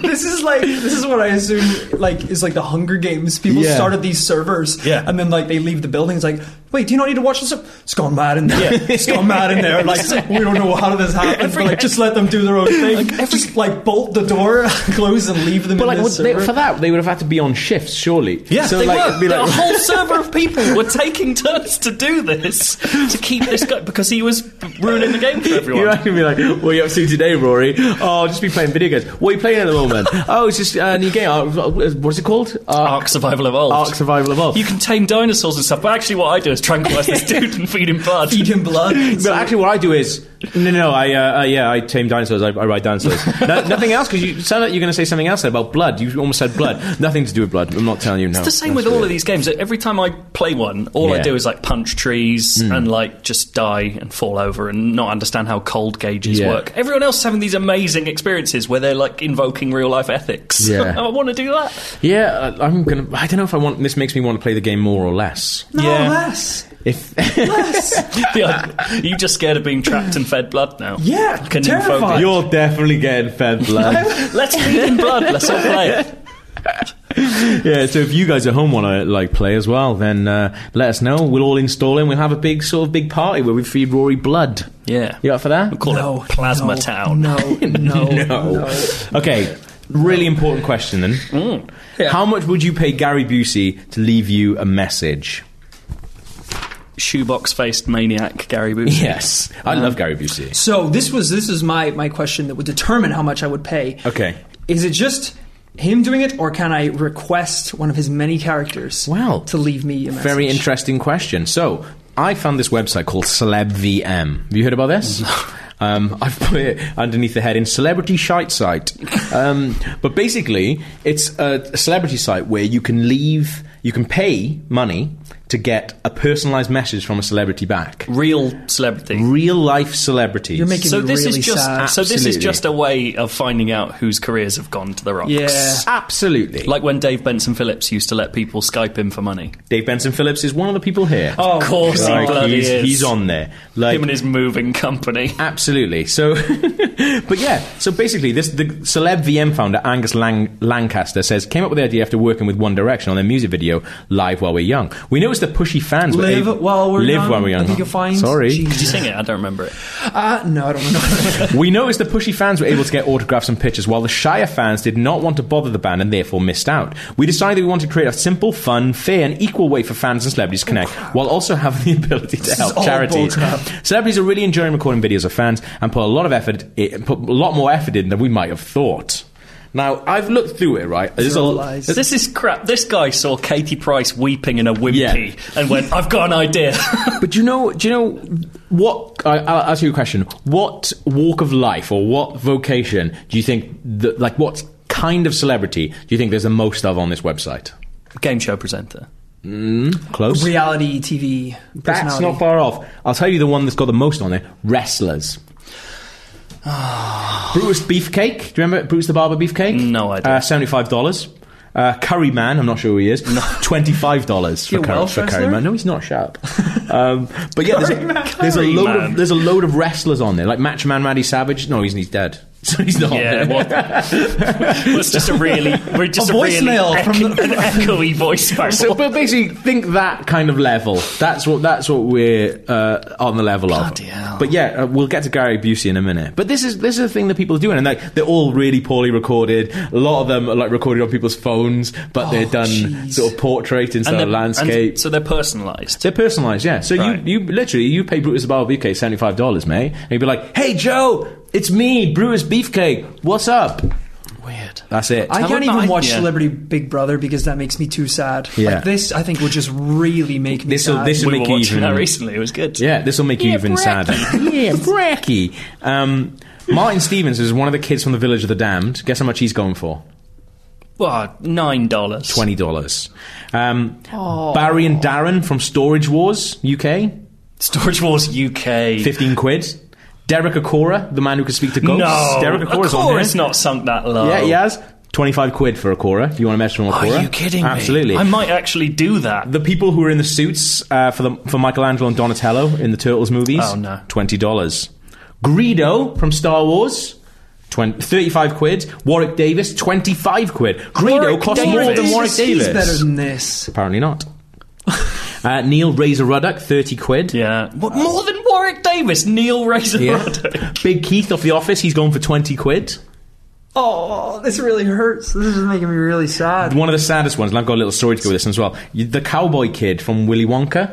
this is like this is what I assume like is like the Hunger Games. People Yeah. started these servers, Yeah. and then like they leave the building. It's like, wait, do you not need to watch this? It's gone mad in there. It's gone mad in there. Like we don't know how this happened. Every- but like just let them do their own thing. just like bolt the door, close, and leave them. But in like would this they, server. for that, they would have had to be on shifts, surely. Yeah, so they like, were. it'd Be a like, whole server of people were taking turns to do this to keep this guy because he was ruining the game for everyone. you actually be like, "What are you up to today, Rory? Oh, I'll just be playing video games. What are you playing at the moment? oh, it's just a new game. Uh, what's it called? Uh, Ark Survival Evolved. Ark Survival Evolved. You can tame dinosaurs and stuff, but actually, what I do is tranquilize this dude and feed him blood. feed him blood. But actually, what I do is no, no. I uh, uh, yeah, I tame dinosaurs. I, I ride dinosaurs. no, nothing else because you sound like you're going to say something else there about blood. You almost said blood. nothing to do with blood. I'm not telling you. No. It's the same with all of these games. Every time I play one, all I Oh, Yeah. do is like punch trees and like just die and fall over and not understand how cold gauges Yeah. work. Everyone else is having these amazing experiences where they're like invoking real life ethics. Yeah. I want to do that. Yeah, uh, I'm gonna. I don't know if I want. This makes me want to play the game more or less. no yeah. less, If less. Yeah. Are you just scared of being trapped and fed blood now? Yeah, Like an terrified. infobot. you're definitely getting fed blood. Let's feed him blood. Let's all play it. yeah. So if you guys at home want to like play as well, then uh, let us know. We'll all install it. and We'll have a big sort of big party where we feed Rory blood. Yeah. You up for that? Call it Plasma no, Town. No, no, no. Okay, really important question then. Hmm. How much would you pay Gary Busey to leave you a message? Shoebox faced maniac Gary Booth. Yes, I love Gary Busey. So this was this is my my question that would determine how much I would pay. Okay. Is it just him doing it, or can I request one of his many characters? Wow. to leave me a message? Very interesting question. So, I found this website called CelebVM. Have you heard about this? Um, I've put it underneath the heading Celebrity Shite Site. Um, but basically, it's a celebrity site where you can leave, you can pay money to get a personalized message from a celebrity back. Real celebrity. Real life celebrities. You're making So me this really is just sad. so this is Absolutely. just a way of finding out whose careers have gone to the rocks. Yeah. Absolutely. Like when Dave Benson Phillips used to let people Skype him for money. Dave Benson Phillips is one of the people here. Oh, of course Like, he Oh, bloody he's, is. he's on there. Like him and his moving company. absolutely. So, but yeah. So basically, this the celeb VM founder Angus Lang- Lancaster says came up with the idea after working with One Direction on their music video "Live While We're Young." We noticed just the pushy fans. but Live they- while we're live young, while we're young. I think you'll find- Sorry, Jeez. Did you sing it? I don't remember it. Uh, no, I don't remember. we noticed the pushy fans were able to get autographs and pictures, while the shyer fans did not want to bother the band and therefore missed out. We decided we wanted to create a simple, fun, fair, and equal way for fans and celebrities to connect, while also having the ability to help all charities. bullcrap. Celebrities are really enjoying recording videos of fans and put a lot of effort, i- put a lot more effort in than we might have thought. Now I've looked through it, right? There's a, Zero lies. there's- This is crap. This guy saw Katie Price weeping in a wimpy and went, "I've got an idea." But do you know? Do you know what? I, I'll ask you a question. What walk of life or what vocation do you think? The, like what kind of celebrity do you think there's the most of on this website? Game show presenter. Close. Reality TV That's personality. not far off. I'll tell you the one that's got the most on it: wrestlers. Brutus Beefcake. Do you remember Brutus the Barber Beefcake? No, I don't. Uh, Seventy-five dollars. Uh, Curry Man, I'm not sure who he is. Twenty-five dollars for, He a Curry- Welsh for Curry wrestler? Man. No, he's not sharp. um, but yeah, there's Curry Man. a, there's a Curry load Man. of there's a load of wrestlers on there, like Match Man Randy Savage. No, he's he's dead. So he's not. Yeah, well, it's just a really, we're just a, A voicemail really from the- an echoey voicemail. So, but basically, think that kind of level. That's what that's what we're uh, on the level Bloody of. hell. But yeah, uh, we'll get to Gary Busey in a minute. But this is this is the thing that people are doing, and like they're all really poorly recorded. A lot of them are like recorded on people's phones, but they're Oh, done jeez. sort of portrait instead they're- of landscape. so they're personalised. they're personalised, yeah. So Right. you, you literally you pay Brutus the Barber Beefcake seventy five dollars, mate, and you'd be like, "Hey Joe, it's me, Brutus Beefcake. What's up?" Weird. That's it. I How about can't even nine? watch Yeah. Celebrity Big Brother because that makes me too sad. Yeah. Like this, I think would just really make me This'll- sad. this'll- We were make you watching even- that recently. It was good. Yeah, this will make you even sadder. yeah, bracky. Um, Martin Stevens is one of the kids from the Village of the Damned. Guess how much he's going for? Well, uh, nine dollars. Twenty dollars. Um, Barry and Darren from Storage Wars UK. Storage Wars UK. Fifteen quid. Derek Acora, the man who can speak to ghosts. No, Derek Acora's on Acora's there. not sunk that low. Yeah, he has. Twenty-five quid for Acora. You want to mess with Acora? Are you kidding me? Absolutely. I might actually do that. the people who were in the suits uh, for the for Michelangelo and Donatello in the Turtles movies. Oh, no. twenty dollars. Greedo from Star Wars. 20, 35 quid. Warwick Davis, 25 quid. Greedo Warwick costs Davis. more than Warwick He's Davis. better than this. Apparently not. uh, Neil Razor Ruddock, 30 quid. Yeah. What, more than Warwick Davis, Neil Razor Ruddock. Big Keith off The Office, he's going for 20 quid. Oh, this really hurts. This is making me really sad. One of the saddest ones, and I've got a little story to go with this one as well. You- The cowboy kid from Willy Wonka.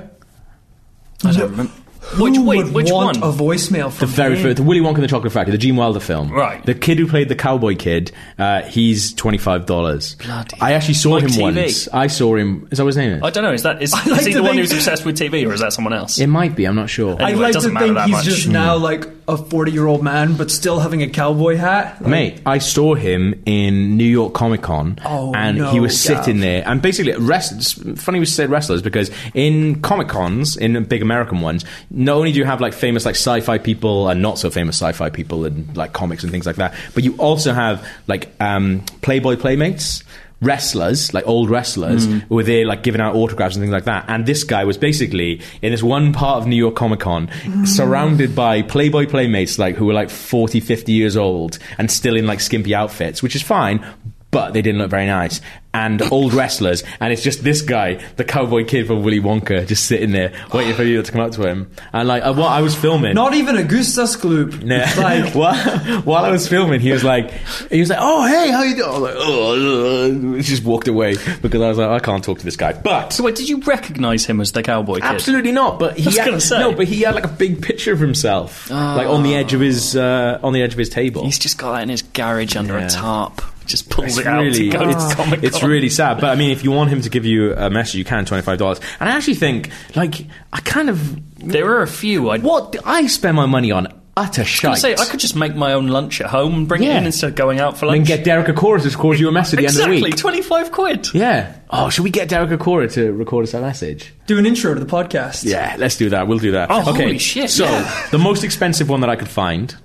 Which Who wait, would which want one? A voicemail from The very him? first, the Willy Wonka and the Chocolate Factory, the Gene Wilder film. Hmm. Right. The kid who played the cowboy kid, uh, he's twenty five dollars. Bloody I actually saw Like him TV. once. I saw him. Is that what his name? Is? I don't know. Is that is, is like he to the one think- who's obsessed with TV, or is that someone else? it might be. I'm not sure. I- I'd Anyway, it like to doesn't matter think that he's much. just now like a 40 year old man, but still having a cowboy hat. Like, Mate, I saw him in New York Comic Con, Oh, and no, he was Gav. sitting there. And basically, rest, it's funny we said wrestlers because in Comic Cons, in the big American ones, not only do you have like famous like sci-fi people and not so famous sci-fi people and like comics and things like that, but you also have like um, Playboy playmates. Wrestlers, like old wrestlers, Mm. who were there like giving out autographs and things like that. And this guy was basically in this one part of New York Comic Con, Mm. surrounded by Playboy playmates, like who were like 40, 50 years old and still in like skimpy outfits, which is fine, but they didn't look very nice. And old wrestlers, and it's just this guy, the cowboy kid from Willy Wonka, just sitting there waiting for you to come up to him. And like, uh, while I was filming, Not even Augustus Gloop. no. Like, while, while I was filming, he was like, he was like, "Oh, hey, how you doing?" I was like, "Oh," uh," just walked away because I was like, "I can't talk to this guy." But So wait, did you recognise him as the cowboy kid? absolutely not. But he was had, gonna say. Ah. no, but he had like a big picture of himself, like on the edge of his uh, on the edge of his table. He's just got that in his garage under Yeah. a tarp. Just pulls It's it out really- to go it's- to Comic Con. It's really sad, but I mean, if you want him to give you a message, you can twenty five dollars. And I actually think, like, I kind of There are a few. I what do I spend my money on utter I shite. say I could just make my own lunch at home and bring it Yeah. in instead of going out for and then lunch. get Derek Acora to record you a message at the exactly end of the week. twenty five quid. Yeah. Oh, should we get Derek Acora to record us a message? do an intro to the podcast. Yeah, let's do that. We'll do that. Oh, okay. holy shit, So yeah. the most expensive one that I could find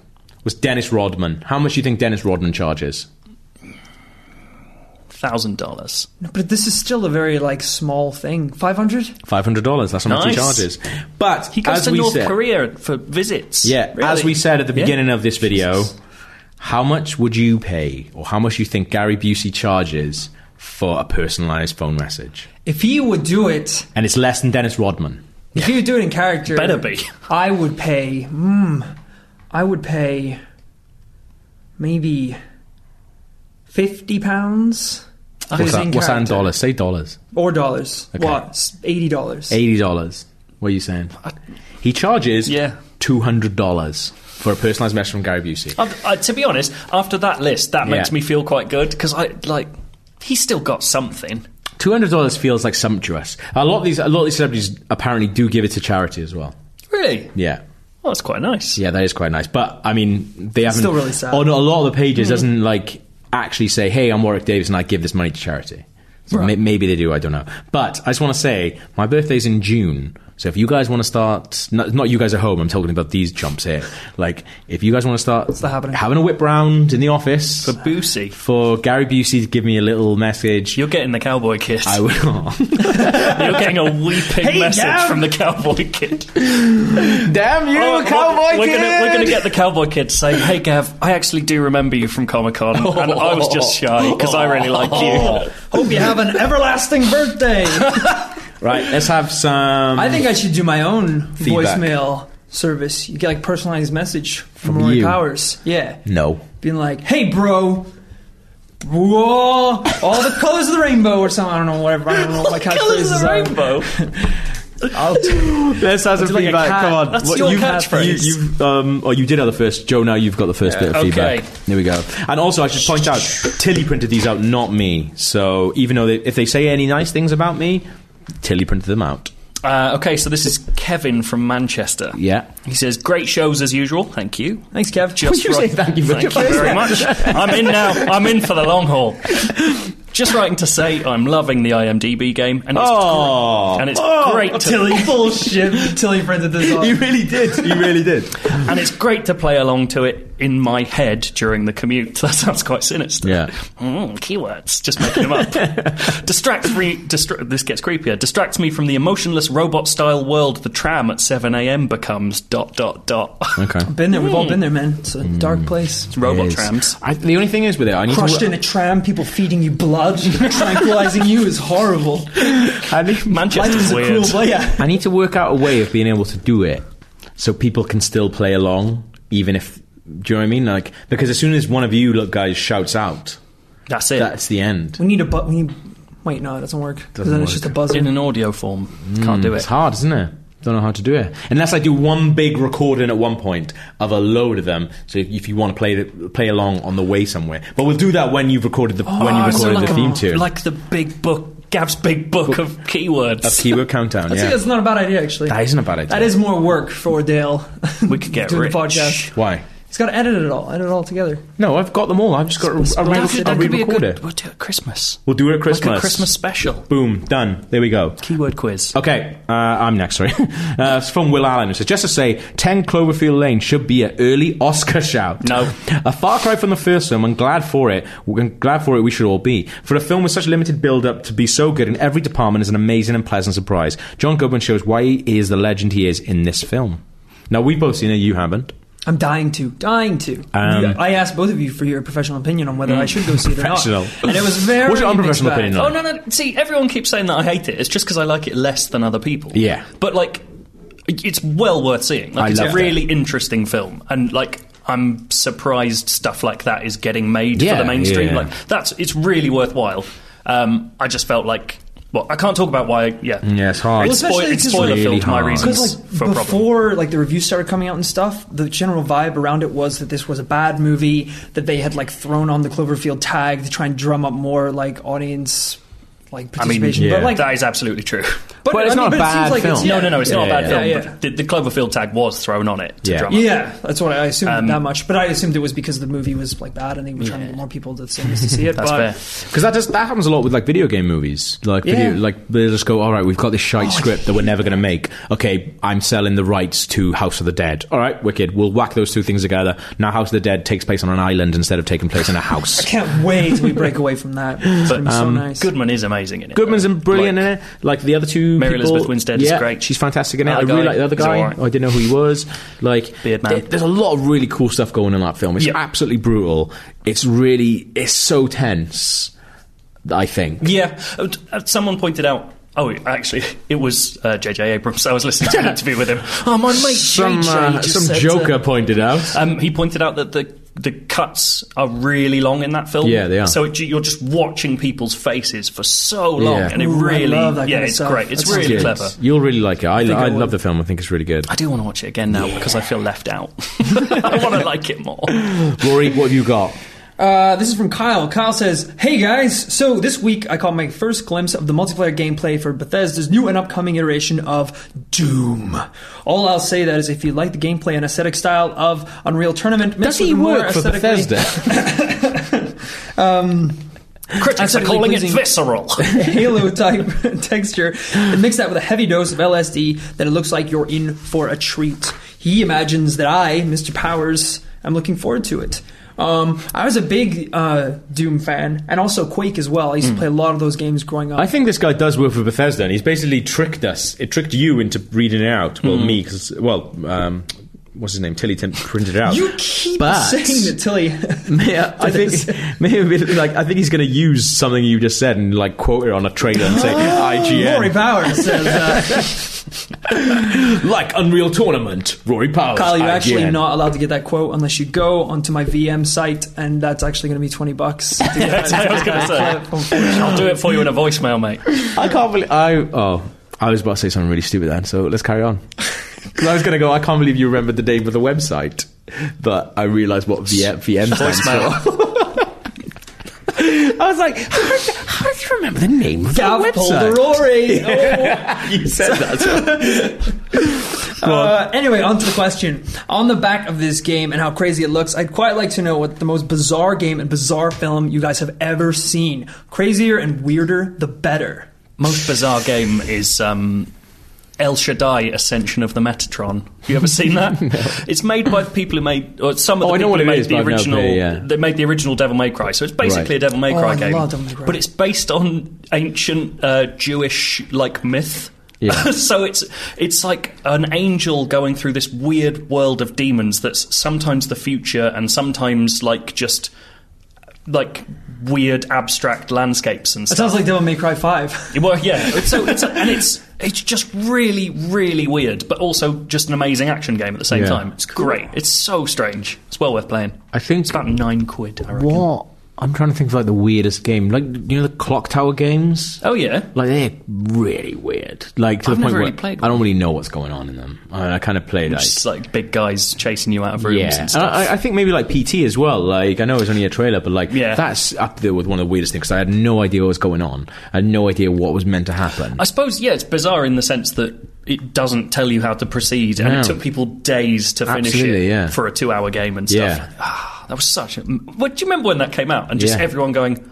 was Dennis Rodman. How much do you think Dennis Rodman charges? Thousand dollars. But this is still a very like small thing. 500? Five hundred dollars. That's how much he Nice. charges. But He goes as to we North said- Korea for visits. Yeah, Really? as we said at the Yeah. beginning of this video, Jesus. how much would you pay, or how much you think Gary Busey charges for a personalized phone message. If he would do it, And it's less than Dennis Rodman. if he would do it in character, Better be. I would pay. Mm, I would pay maybe fifty pounds. What's that, what's that in character. dollars? Say dollars. Or dollars. Okay. What? Eighty dollars. Eighty dollars. What are you saying? He charges Yeah. two hundred dollars for a personalized message from Gary Busey. I, I, to be honest, after that list, that Yeah. makes me feel quite good because I like he's still got something. Two hundred dollars feels like sumptuous. A lot of these, a lot of these celebrities apparently do give it to charity as well. Really? Yeah. Well, that's quite nice. Yeah, that is quite nice. But I mean, they haven't. still really sad. Hmm. On a lot of the pages, doesn't like actually say, "Hey, I'm Warwick Davis, and I give this money to charity." So may- maybe they do. I don't know. But I just want to say, my birthday's in June. So if you guys want to start, not, not you guys at home. I'm talking about these chumps here. Like, if you guys want to start that happening? having a whip round in the office For for, Boosie, Gary Busey to give me a little message, you're getting the cowboy kiss. I will. You're getting a weeping message Gav! from the cowboy kid. Damn you, Oh, cowboy we're kid! Gonna, we're going to get the cowboy kid saying, "Hey, Gav, I actually do remember you from Comic Con, and I was just shy because I really like you." Hope you have an everlasting birthday. right. Let's have some. I think I should do my own Feedback. voicemail service. You get like personalized message from, Roy you. Powers. Yeah. no. Being like, hey, bro. Bro, all the colors of the rainbow, or something. I don't know, whatever. I don't know what my Colours catchphrases of the are. rainbow. I'll do Let's have some like a feedback. cat. Come on. That's your you've, catchphrase. You, you've, um, oh, you did have the first. Joe, now you've got the first bit of okay. feedback. There we go. And also, I should point out, Tilly printed these out, not me. So even though they, if they say any nice things about me, Tilly printed them out. Uh, okay, so this is Kevin from Manchester. Yeah. He says, "Great shows as usual. Thank you. Thanks, Kev. Just Would you right- say thank you for thank your you praise? very much. I'm in now. I'm in for the long haul. Just writing to say I'm loving the IMDb game, and it's Oh. great, and it's great to Tilly bullshit. Tilly printed this off. You really did. You really did. and it's great to play along to it in my head during the commute. That sounds quite sinister. Yeah. Mm, keywords, just making them up. distracts me. Distra- this gets creepier. Distracts me from the emotionless robot-style world the tram at 7 a.m. becomes. Dot dot dot. Okay. Been there. Hmm. We've all been there, man. It's Hmm. a dark place. Robot Yes. trams. I, the only thing is with it, I need Crushed to. in a tram, people feeding you blood, tranquilizing you is horrible. I need, Life Manchester's is a cruel weird. place. Yeah. I need to work out a way of being able to do it so people can still play along, even if. Do you know what I mean? Like because as soon as one of you look guys shouts out, That's it. that's the end. We need a but. We need. Wait, no, it doesn't work. Because Doesn't then it's work. just a buzzer. in an audio form. Can't do Hmm, It's it. hard, isn't it? Don't know how to do it unless I do one big recording at one point of a load of them. So if, if you want to play the, play along on the way somewhere, but we'll do that when you've recorded the when you Ah, so recorded like the a- theme tune. Like the big book, Gav's big book, of a keywords. keyword countdown. That's, yeah, that's not a bad idea, actually. that isn't a bad idea. That is more work for Dale. we could get doing rich. the podcast. why. He's got to edit it all, edit it all together. No, I've got them all. I've just got to I'll That re- could, I'll that could be a re-record good. it. We'll do it at Christmas. We'll do it at Like Christmas. a Christmas special. Boom, done. There we go. Keyword quiz. Okay, uh, I'm next. Sorry, uh, it's from Will Allen. It says, "Just to say, Ten Cloverfield Lane should be an early Oscar shout. No. a far cry from the first film. I'm glad for it. We're glad for it. We should all be for a film with such limited build-up to be so good in every department is an amazing and pleasant surprise. John Goodman shows why he is the legend he is in this film. Now we've both seen it. You haven't. I'm dying to, dying to. Um, I asked both of you for your professional opinion on whether I should go see it or not, Professional. and it was very. What's your unprofessional mixed bag. opinion on Oh no no! See, everyone keeps saying that I hate it. It's just because I like it less than other people. Yeah. but like, it's well worth seeing. Like, I it's a loved it. really interesting film, and like, I'm surprised stuff like that is getting made Yeah, for the mainstream. yeah. Like, that's it's really worthwhile. Um, I just felt like, well, I can't talk about why. Yeah, Yeah, it's hard. It's, Well, spoil- especially it's 'cause, spoiler like, filled. My really hard. reasons Because for like a problem. before, like the reviews started coming out and stuff, the general vibe around it was that this was a bad movie that they had like thrown on the Cloverfield tag to try and drum up more like audience like I mean, participation. yeah. But like, that is absolutely true. but, Well, it's I mean, not a but it seems bad like it's- film. no, no, no, it's Yeah, not a bad yeah, film. yeah. But the, the Cloverfield tag was thrown on it to Yeah. drum up. Yeah, that's what I assumed Um, that much. But I assumed it was because the movie was like bad and they were trying to get more people to see to see it. That's but fair. Because that does that happens a lot with like video game movies. Like video, Yeah. like they just go, all right, we've got this Oh, shite script that we're never going to make. Okay, I'm selling the rights to House of the Dead. All right, wicked. We'll whack those two things together. Now House of the Dead takes place on an island instead of taking place in a house. Can't wait till we break away from that. It's gonna be so um, nice. Goodman is amazing in it. Goodman's though. in brilliant Like, in it. Like the other two, Mary people- Elizabeth Winstead is yeah, great. She's fantastic in it. I Other really guy like the other is guy. alright. I didn't know who he was. Like Beard man. there- there's a lot of really cool stuff going on in that film. It's Yeah. absolutely brutal. It's really it's so tense. I think. Yeah, Uh, t- uh, someone pointed out. Oh, actually, it was uh, J.J. Abrams. I was listening to an interview with him. Oh, my mate Some J.J. uh, just some said, joker uh, pointed out. um, he pointed out that the the cuts are really long in that film. Yeah, they are. So it, you're just watching people's faces for so long, Yeah. and it Ooh, I really, love that yeah, kind of it's stuff. great. It's That sounds really Good. clever. You'll really like it. I, think I I will. love the film. I think it's really good. I do want to watch it again now because I feel left out. I want to like it more. Rory, what have you got? Uh, this is from Kyle. Kyle says, Hey guys! So this week I caught my first glimpse of the multiplayer gameplay for Bethesda's new and upcoming iteration of Doom. All I'll say that is if you like the gameplay and aesthetic style of Unreal Tournament, Does mixed he with more work for aesthetically- Bethesda? Critics are Aesthetically calling it pleasing. visceral. Halo type texture and mix that with a heavy dose of LSD, then it looks like you're in for a treat. He imagines that I, Mr. Powers, am looking forward to it. Um, I was a big uh, Doom fan and also Quake as well. I Hmm. used to play a lot of those games growing up. I think this guy does work for Bethesda, and he's basically tricked us. It tricked you into reading it out. Well, me, because well, um, what's his name? Tilly Tim printed it out. you keep But- saying that Tilly. Yeah, I think maybe like I think he's going to use something you just said and like quote it on a trailer and say Rory IGN Powers says, uh, like Unreal Tournament. Rory Powers. Kyle, you're IGN. actually not allowed to get that quote unless you go onto my VM site, and that's actually going to be 20 bucks. to get That's what I was going to say. I'll do it for you in a voicemail, mate. I can't believe I. Oh, I was about to say something really stupid then. So let's carry on. 'Cause I was going to go. I can't believe you remembered the name of the website, but I realised what VM VM stands for. Voicemail. I was like, how, how do you remember the name of Gav Polderori. Oh. You said that. so- Uh, anyway, on to the question. On the back of this game and how crazy it looks, I'd quite like to know what the most bizarre game and bizarre film you guys have ever seen. Crazier and weirder, the better. Most bizarre game is um, El Shaddai: Ascension of the Metatron. You ever seen that? It's made by the people who made, or some of Oh, the I know people what who it made is, the but I've never original. played it, yeah. They made the original Devil May Cry, so it's basically Right. a Devil May Oh, Cry I game. love Devil May Cry. But it's based on ancient uh, Jewish like myth. Yeah. so it's it's like an angel going through this weird world of demons that's sometimes the future and sometimes like just like weird abstract landscapes and That stuff. sounds like Devil May Cry 5. Well, yeah. It's so it's and it's it's just really really weird, but also just an amazing action game at the same Yeah. time. It's great. It's so strange. It's well worth playing. I think It's about nine quid. I reckon. what I'm trying to think of like the weirdest game, like you know the Clock Tower games. Oh yeah. Like they're really weird. Like to the I've point never where really played I don't really know what's going on in them. I, I kind of play like. Just like big guys chasing you out of rooms Yeah, and and stuff. I, I think maybe like PT as well. Like I know it was only a trailer, but like Yeah. that's up there with one of the weirdest things. 'cause I had no idea what was going on. I had no idea what was meant to happen. I suppose yeah, it's bizarre in the sense that it doesn't tell you how to proceed, and No. it took people days to finish Absolutely, it yeah. for a two-hour game and stuff. Yeah. Ah, that was such. a... What do you remember when that came out? And just Yeah. everyone going.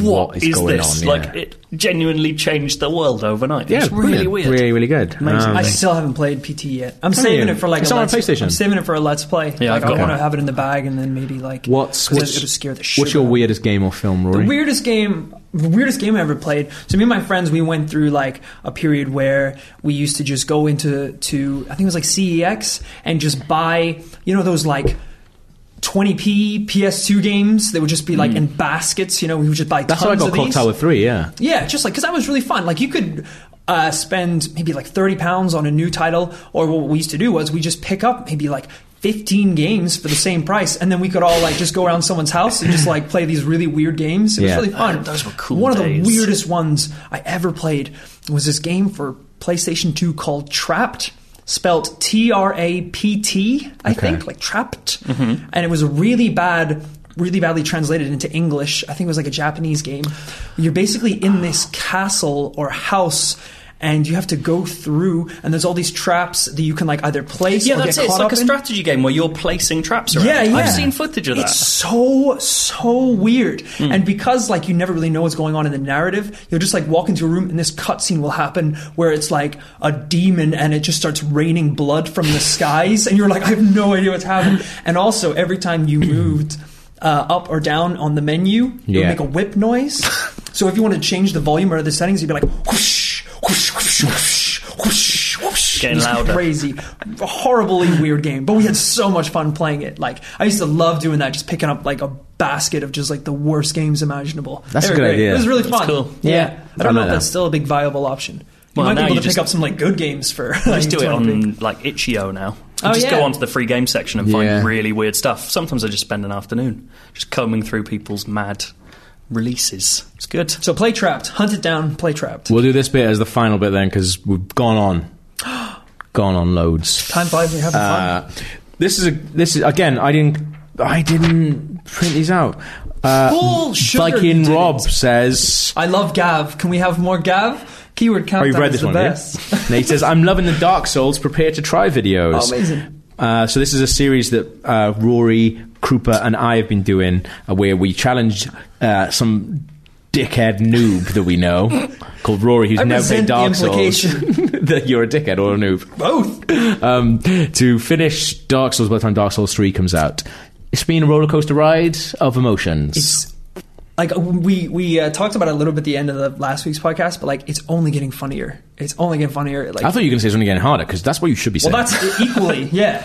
What is going this? on, Like yeah. it genuinely changed the world overnight. it's really brilliant. weird. Really, really good. Um, I still haven't played PT yet. I'm saving you? it for like It's a on let's, PlayStation. I'm saving it for a Let's Play. Yeah, I've like, I got want to one. have it in the bag and then maybe like What's 'cause what's, it'll scare the shit what's your out of me. weirdest game or film, Rory? The weirdest game, the weirdest game I ever played. So me and my friends, we went through like a period where we used to just go into to I think it was like CEX and just buy you know those like. 20p PS2 games, they would just be like in baskets. You know, we would just buy Hmm. That's how I tons got of Clock these. Tower Three. Yeah, Yeah, just like because that was really fun. Like you could uh, spend maybe like thirty pounds on a new title, or what we used to do was we just pick up maybe like. 15 games for the same price and then we could all like just go around someone's house and just like play these really weird games it Yeah. was really fun Uh, those were cool one days. of the weirdest ones i ever played was this game for playstation 2 called trapped spelt t-r-a-p-t i think like trapped and it was a really bad really badly translated into english i think it was like a japanese game you're basically in this castle or house and you have to go through and there's all these traps that you can like either place Yeah, or that's get it. It's caught like up a in. strategy game where you're placing traps around. Yeah, yeah. I've seen footage of that. Hmm. It's so so weird, and because like you never really know what's going on in the narrative, you'll just like walk into a room and this cutscene will happen where it's like a demon and it just starts raining blood from the skies, and you're like, I have no idea what's happening. And also, every time you Hmm. moved uh, up or down on the menu, you would Yeah. make a whip noise. so if you want to change the volume or the settings, you'd be like, whoosh, whoosh, whoosh, whoosh, whoosh, whoosh. Getting It's louder. crazy, horribly weird game. But we had so much fun playing it. Like I used to love doing that, just picking up like a basket of just like the worst games imaginable. That's a They were good great. idea. It was really fun. cool. Yeah. Yeah. I don't I know like if that's that. still a big viable option. You Well, might now be able you to just- pick up some like good games for. Just like, do it 20 on like itch.io now. Oh, just yeah. go onto the free game section and find Yeah. really weird stuff. Sometimes I just spend an afternoon just combing through people's mad releases. It's good. So play trapped, hunt it down, play trapped. We'll do this bit as the final bit then, because we've gone on, gone on loads. Time flies when you're having fun. Uh, this is a this is again. I didn't I didn't print these out. Uh, Paul Sugar Viking did Rob it. says. I love Gav. Can we have more Gav? Keyword Oh, countdown you've read this is the one, yeah? best. Oh, No, he says, "I'm loving the Dark Souls. Prepare to try videos." Amazing. Uh, so this is a series that uh, Rory Krupa and I have been doing, uh, where we challenge uh, some dickhead noob that we know called Rory, who's I never played resent the Dark Souls. implication. that you're a dickhead or a noob Both. um, to finish Dark Souls by the time Dark Souls 3 comes out. It's been a roller coaster ride of emotions. It's like we we uh, talked about it a little bit at the end of the last week's podcast, but like it's only getting funnier. It's only getting funnier. Like I thought you were going to say it's only getting harder because that's what you should be well, saying. that's e-, equally yeah.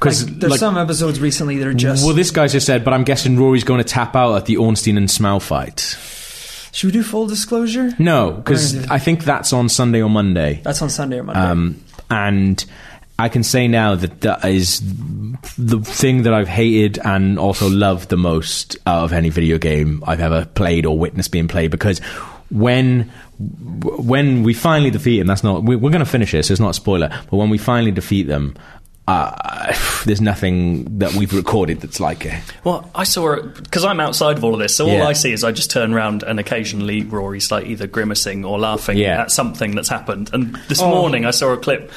'Cause, Like, there's like- some episodes recently that are just. well, this guy just said, but I'm guessing Rory's going to tap out at the Ornstein and Smau fight. should we do full disclosure? No, because Right. I think that's on Sunday or Monday. That's on Sunday or Monday. Um, and I can say now that that is the thing that I've hated and also loved the most out of any video game I've ever played or witnessed being played because when when we finally defeat him, that's not we, we're going to finish this. It's not a spoiler, but when we finally defeat them. Uh, there's nothing that we've recorded that's like it. Well, I saw it because I'm outside of all of this, so Yeah. all I see is I just turn around and occasionally Rory's like either grimacing or laughing Yeah. at something that's happened. And this Oh. morning I saw a clip.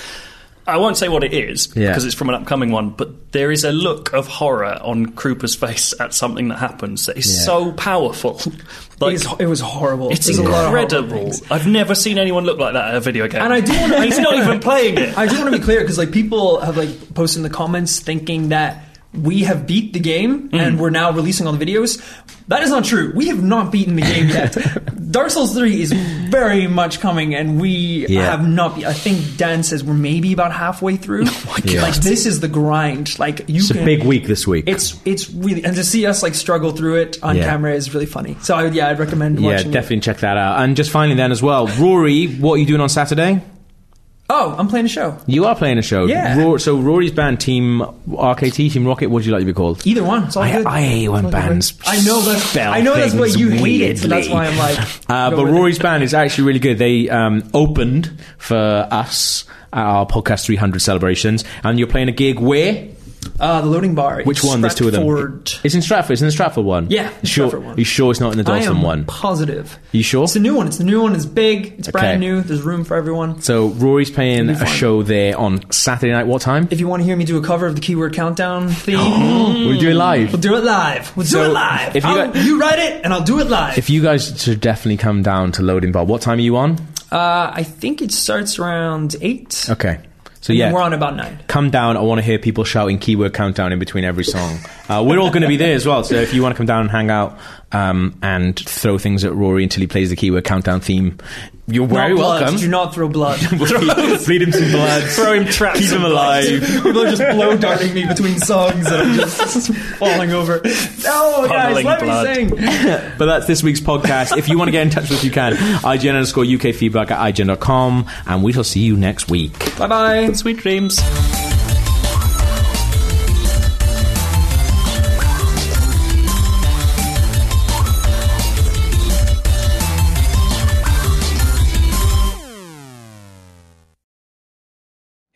I won't say what it is Yeah. because it's from an upcoming one, but there is a look of horror on Krupa's face at something that happens that is Yeah. so powerful. it, Like was, it was horrible. it's There's a lot of horrible incredible. things. I've never seen anyone look like that at a video game. And I do wanna- He's not even playing it. I do want to be clear because like people have like posted in the comments thinking that we have beat the game Mm. and we're now releasing all the videos. That is not true. We have not beaten the game yet. Dark Souls Three is very much coming, and we Yeah. have not. Be- I think Dan says we're maybe about halfway through. Oh God. Like this is the grind. Like you It's can. a big week this week. it's it's really and to see us like struggle through it on Yeah. camera is really funny. So I, would- yeah, I'd recommend yeah, watching. it. definitely check that out. And just finally, then as well, Rory, what are you doing on Saturday? Oh, I'm playing a show. You are playing a show. Yeah. Ro- so Rory's band, Team RKT, Team Rocket, what would you like to be called? Either one, it's all I- good. I hate when It's all good. bands I know that's spell I know that's what things you hated. weirdly. So that's why I'm like. Uh, go but with it. Rory's band is actually really good. They um, opened for us at our podcast 300 celebrations, and you're playing a gig where? uh, the loading bar. Which one? There's two of them. Stratford. It's in Stratford. It's in the Stratford one. Yeah, the sure. Stratford one. You sure it's not in the I Dalston am one? positive. You sure? It's a new one. It's a new one. It's big. It's Okay. brand new. There's room for everyone. So Rory's playing It'll be a fun. show there on Saturday night. What time? If you want to hear me do a cover of the keyword countdown theme, We'll do it live. we'll do it live. We'll do So, it live. if you you, got- you write it, and I'll do it live. If you guys should definitely come down to Loading Bar. What time are you on? uh, I think it starts around eight. Okay. So And yeah, then we're on about nine. come down. I want to hear people shouting keyword countdown in between every song. Uh, we're all going to be there as well. So if you want to come down and hang out um, and throw things at Rory until he plays the keyword countdown theme, you're very Not blood. welcome. Do not throw blood. Bleed him some blood. Throw him traps Keep him and alive. People are just blow darting me between songs and I'm just falling over. No, guys, Funneling let blood. me sing. but that's this week's podcast. If you want to get in touch with us, you can. IGN underscore UK feedback at IGN.com. And we shall see you next week. Bye bye. Sweet dreams.